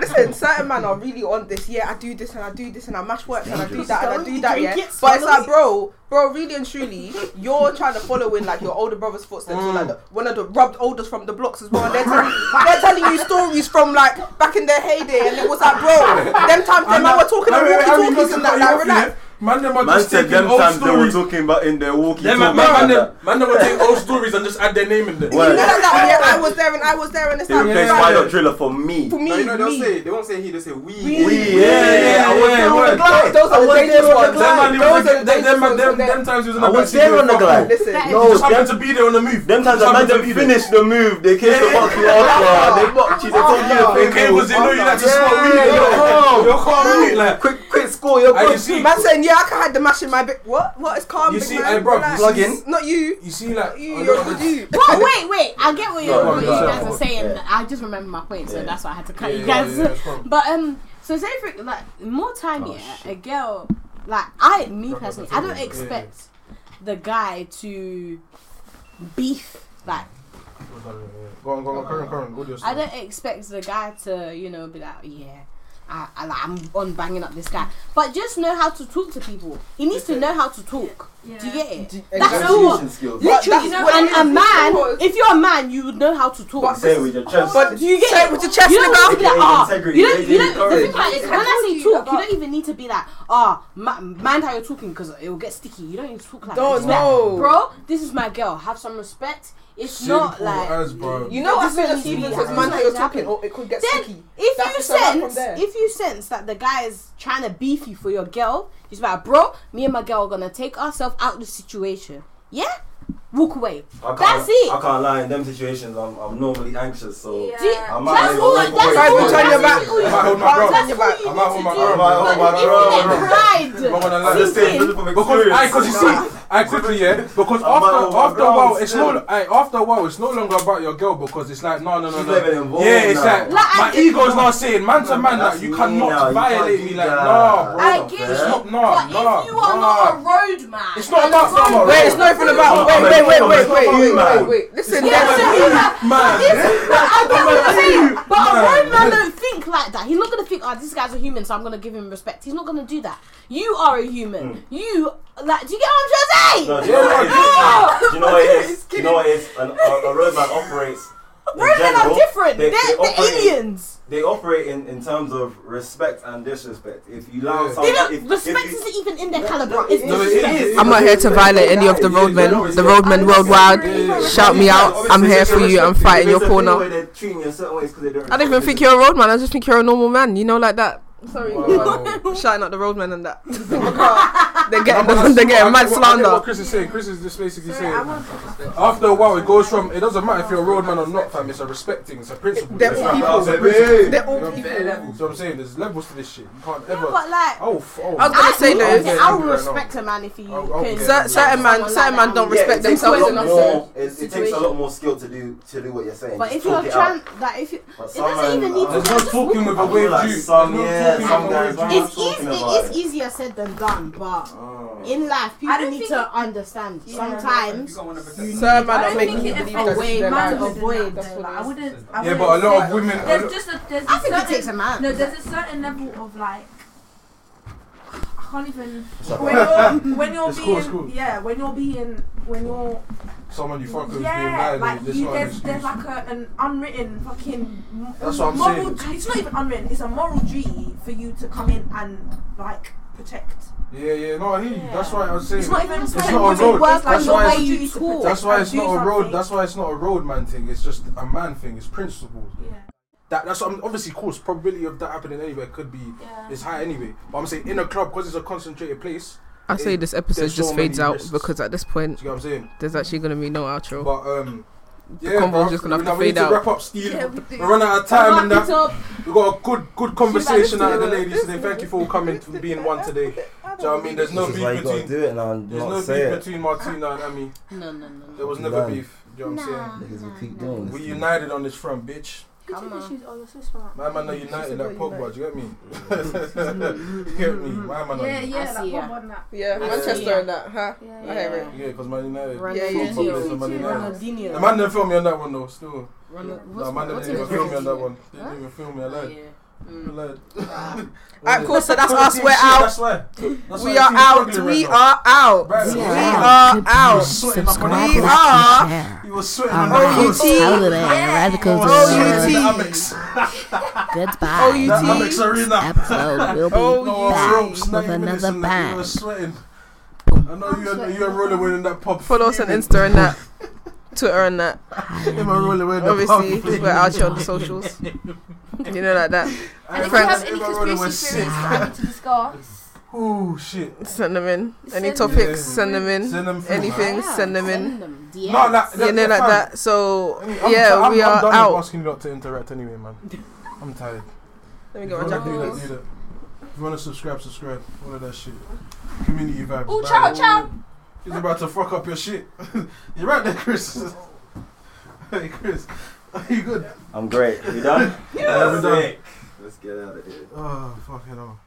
Listen, certain men are really on this. Yeah, I do this and I do this and I mash work and I do
dangerous.
that and I do
Swallow
that.
it,
Yeah,
drink it,
but it's
swallow
like, bro, bro, really and truly, you're trying to follow in like your older brother's footsteps. You're like the, one of the rubbed olders from the blocks as well. And they're telling, they're telling you stories from like back in their heyday, and it was like, bro, them times them man were talking about walkie talkies and that. Like, relax.
Man, them are
Man
just
said
taking
them
old
times they were
stories.
talking about in their walkie
Yeah, man, man, man, them, man, them will take old stories and just add their name in there.
Word. You know
Like that, yeah, I was there and I was there, and it's
They
like,
replaced
right.
Why Not Driller for me.
For me,
No, you know, they'll
me.
say, they won't say he, they'll say we.
We.
We, yeah, yeah, I was there on the glide.
Those
I
are the
was there
dangerous
on the
ones.
glide.
Those are
Them,
the dangerous
them,
ones.
them, them times he was in the
I was
backseat
there
doing
on the
fuck
glide.
all.
Listen.
He
No,
just happened
them-
to be there on the move.
Them times I
Just happened
made
to
them
be there.
finish the move. They came to fuck you up. They mocked you. They told you to
Okay, was it no, you like to smoke weed?
Yeah,
You're calm. You're calm,
Yeah.
mate, like-
Quick, quick, score. You're
Ah, you
good.
see-
Man saying, yeah, I can hide the mash in my bit. What? What is calm?
You
big
see,
man?
hey, bro,
Relax.
plug in.
Not you.
You see, like,
you,
a
you're
lot of-
with you.
Well, wait, wait. I get what, you
No,
what you
no, no,
guys
no.
are saying.
Yeah.
I just remembered my point, so
Yeah.
that's why I had to cut
Yeah,
you
yeah,
guys.
yeah, Oh, it's fine.
but um, so say for like more time here, a girl like I, me personally, I don't
Yeah.
expect the guy to beef like.
Go on, go on, Karen, Karen, go do your
I
story.
don't expect the guy to, you know, be like, yeah, I, I, like, I'm on banging up this guy. But just know how to talk to people. He needs to know how to talk. Do you get it? That's
Exactly.
all.
Communication skills.
Literally,
But that's what
and
it is,
a
it's
man,
yours.
if you're a man, you would know how to talk.
Say it with your chest.
But do you get it with your chest, you don't
nigga?
need to be like, ah,
Integrity,
you don't, you don't, the
integrity,
thing about it is,
courage.
when I
I
say
told you
talk, you don't even need to be like, ah, ma- mind how you're talking because it will get sticky. You don't need to talk like
Don't
that. Just be like,
know.
Bro, this is my girl. Have some respect. It's not
Simple
like
as, bro.
You know what I feel as
Definitely
people
be
says,
like
man,
that.
how you're
Exactly.
talking, or it could get sticky.
If
That's
you
the start from
sense,
there.
if you sense that the guy is trying to beef you for your girl, he's like, bro, me and my girl are gonna take ourselves out of the situation. Yeah, walk away.
I can't-
That's it.
I can't lie. In them situations, I'm, I'm normally anxious, so
Do you-
I might
that's
even
all-
walk
that's
away. I might
all- that's
hold my
all you
breath. I might hold my
need to
breath.
do.
I might hold
That's all you need to
my
do.
breath. I might hold my
But if you
breath.
get pride,
But when I like-
Just take a little bit of
Because I, because you see,
experience.
I quickly yeah. Because
I'm out of
after
my
after a while,
grounds,
it's
yeah.
no. I, after a while, it's no longer about your girl because it's like no, no, no,
She's
no.
not even involved
yeah, it's
now.
like,
Like, I
my
get-
ego's now saying man to man
that's
that you
me
cannot
now, you
violate
can't
me
do
like
that.
nah, bro.
I get
it's
it,
not nah,
but
nah.
if you are not a road man,
It's not about that, bro.
Wait, it's not even about. Wait, wait, wait, wait, wait, wait, wait, wait. Listen,
Yeah,
there's-
so he's like-
Man.
It's- but I get what you're saying. But a
Man.
grown man don't think like that. He's not gonna think, oh, this guy's a human, so I'm gonna give him respect. He's not gonna do that. You are a human. You like, do you get what I'm trying to say?
Mm. No, do you know what it
Oh!
is? Do you know what it is? Do you know what it is? An, a, a roadman operates. in
Roadmen are
general,
different. They're- they're
operate-
aliens.
They operate in, in terms of respect and disrespect. If you allow
They
something,
don't
if,
respect
if you,
isn't even in their caliber. It's
No, it is.
disrespect.
I'm not here to violate any of the roadmen. The roadmen worldwide, shout me out. I'm here for you. I'm fighting your corner.
They're treating you a certain way because they don't.
I don't even think you're a roadman. I just think you're a normal man. You know, like that. Sorry,
Wow.
shouting out the roadmen and that. they're getting they're getting
I get what- I
mad
get
slander.
What Chris is saying, Chris is just basically saying, after a while, it goes from it doesn't matter if you're a roadman or not, fam. It's a respecting, it's a principle.
They're
It's a-
people.
it's a principle.
They're all
You know,
people.
bare levels. So I'm saying there's levels to this shit. You can't ever.
but like-
oh, f- oh,
I was gonna say
I'll
though,
get
if-
angry
I will
right now.
respect a man if he
I'll
can.
get
Cer- certain man,
Someone
certain
like
man don't
that.
respect
it takes a
themselves
lot
enough.
more.
to-
It, it takes a lot more skill to do to do what you're saying.
But
Just
if you're
talk it
trying,
out.
like if you,
But
it doesn't even need to.
There's no talking with a
I feel
wave
like
Jew.
some-
There's no
yeah,
talking
some
with
guys
a wave
do.
Jew.
It's easy. It
about
is easier said than done, but
uh,
in life,
I
people
don't
need
think-
to understand.
Yeah.
Sometimes,
Certain man
I
are
don't
making
think
you
it
believe
affects
that
way
it's their
man to
life.
avoid.
That's what I wouldn't. I
Yeah,
wouldn't
but a lot
say-
of women- a
There's
lot-
just a. There's
I
a
think it
certain-
takes a man.
No, there's a certain level of like. I can't even.
Sorry.
When you're when you're
It's cool,
being
it's cool.
yeah when you're being when you're
Someone you fuck with
yeah
is being
like
violated.
you there's
This
there's like a, an unwritten fucking m-
That's what I'm
moral
saying.
du- it's not even unwritten it's a moral duty for you to come in and like protect.
Yeah, yeah, no, I hear you. That's why I was saying
It's not even
it's not
like
a
using
road.
words like
That's
the
why
way
it's-
you use to protect
that's why
and
it's
do
not a road.
something.
That's why it's not a road man thing. It's just a man thing. It's principles. That that's what I'm, obviously, of course, probability of that happening anywhere could be
Yeah.
is high anyway. But I'm saying in a club because it's a concentrated place.
I say
it-
this episode
there's so
just fades
many
out
risks.
because at this point,
Do you know what I'm saying?
there's actually gonna be no outro.
But um,
The
yeah,
convo's
bro,
just gonna have
we-
to
we need
fade out.
To wrap up, Steve.
Yeah, we
we
do.
run out of time, and
Wrap it
that
up.
we got a good, good
listen
conversation out of the
to it.
ladies today. Thank you for all coming for being one today. Do you know what I mean? There's no
This
beef
is why you gotta
between.
do it now and
There's
not
no
say
beef
it.
between Martina and Emmy.
No, no, no, no.
There was
Be
never
lying.
beef. Do you know what I'm saying?
Niggas will keep doing this.
We united on this front, bitch.
He took his shoes on. That's so smart.
My man are United like Pogba, do you get me? you get me? My man are
Yeah,
United.
yeah, like
see
Pogba
ya.
and that.
Yeah, Manchester
yeah.
and that, huh?
Yeah,
I hear it.
Yeah, because Man United. so
Ronaldinho.
popular for Man United.
Ronaldinho.
The man didn't film me on that one though, still.
Ronald-
Nah,
what's-
man
what's
didn't even
his
film me on that
name?
one. They didn't even film me, I lied. I lied.
Alright, cool. So that's
Fucking
us.
shit,
We're out.
That's why. That's why
we
the
are
team's
out.
struggling
We
right now.
are out.
Right,
We
yeah.
are out.
Subscribe,
We
like,
are.
You were sweating.
Um,
Oh,
on that
OUT.
one.
Out of there, radicals.
Goodbye.
That Amex Arena.
Episode will be
No
back
ropes,
with
90 minutes
another
in there, You were
bang.
sweating. I know you and you and Roland were in that pub.
Follow us on Insta and that, Twitter and that.
Him and Roland were in that pub.
Obviously, we're out here on the socials. You know, like that.
And if you
Friends,
have any conspiracy theories that
happen to discuss.
Oh shit.
Send them in. Any
Send them in.
topics, send them in.
Send them through,
Anything,
man.
send them
Send
in.
them.
No, like-
you know,
yeah,
like
fam.
that. So,
I mean, I'm
yeah,
ti- I'm-
we
I'm
are
done
out.
With asking you lot to interact anyway, man. I'm tired. If
Let me get
you
my
wanna do
jacket.
that, do that. If you want to subscribe, subscribe. All of that shit. Community vibes.
Ooh,
Bye.
ciao, ciao.
He's about to fuck up your shit. You're right there, Chris. hey, Chris. Are you good?
I'm great. You done?
Yeah, we're done.
Let's get out of here.
Oh, fucking hell.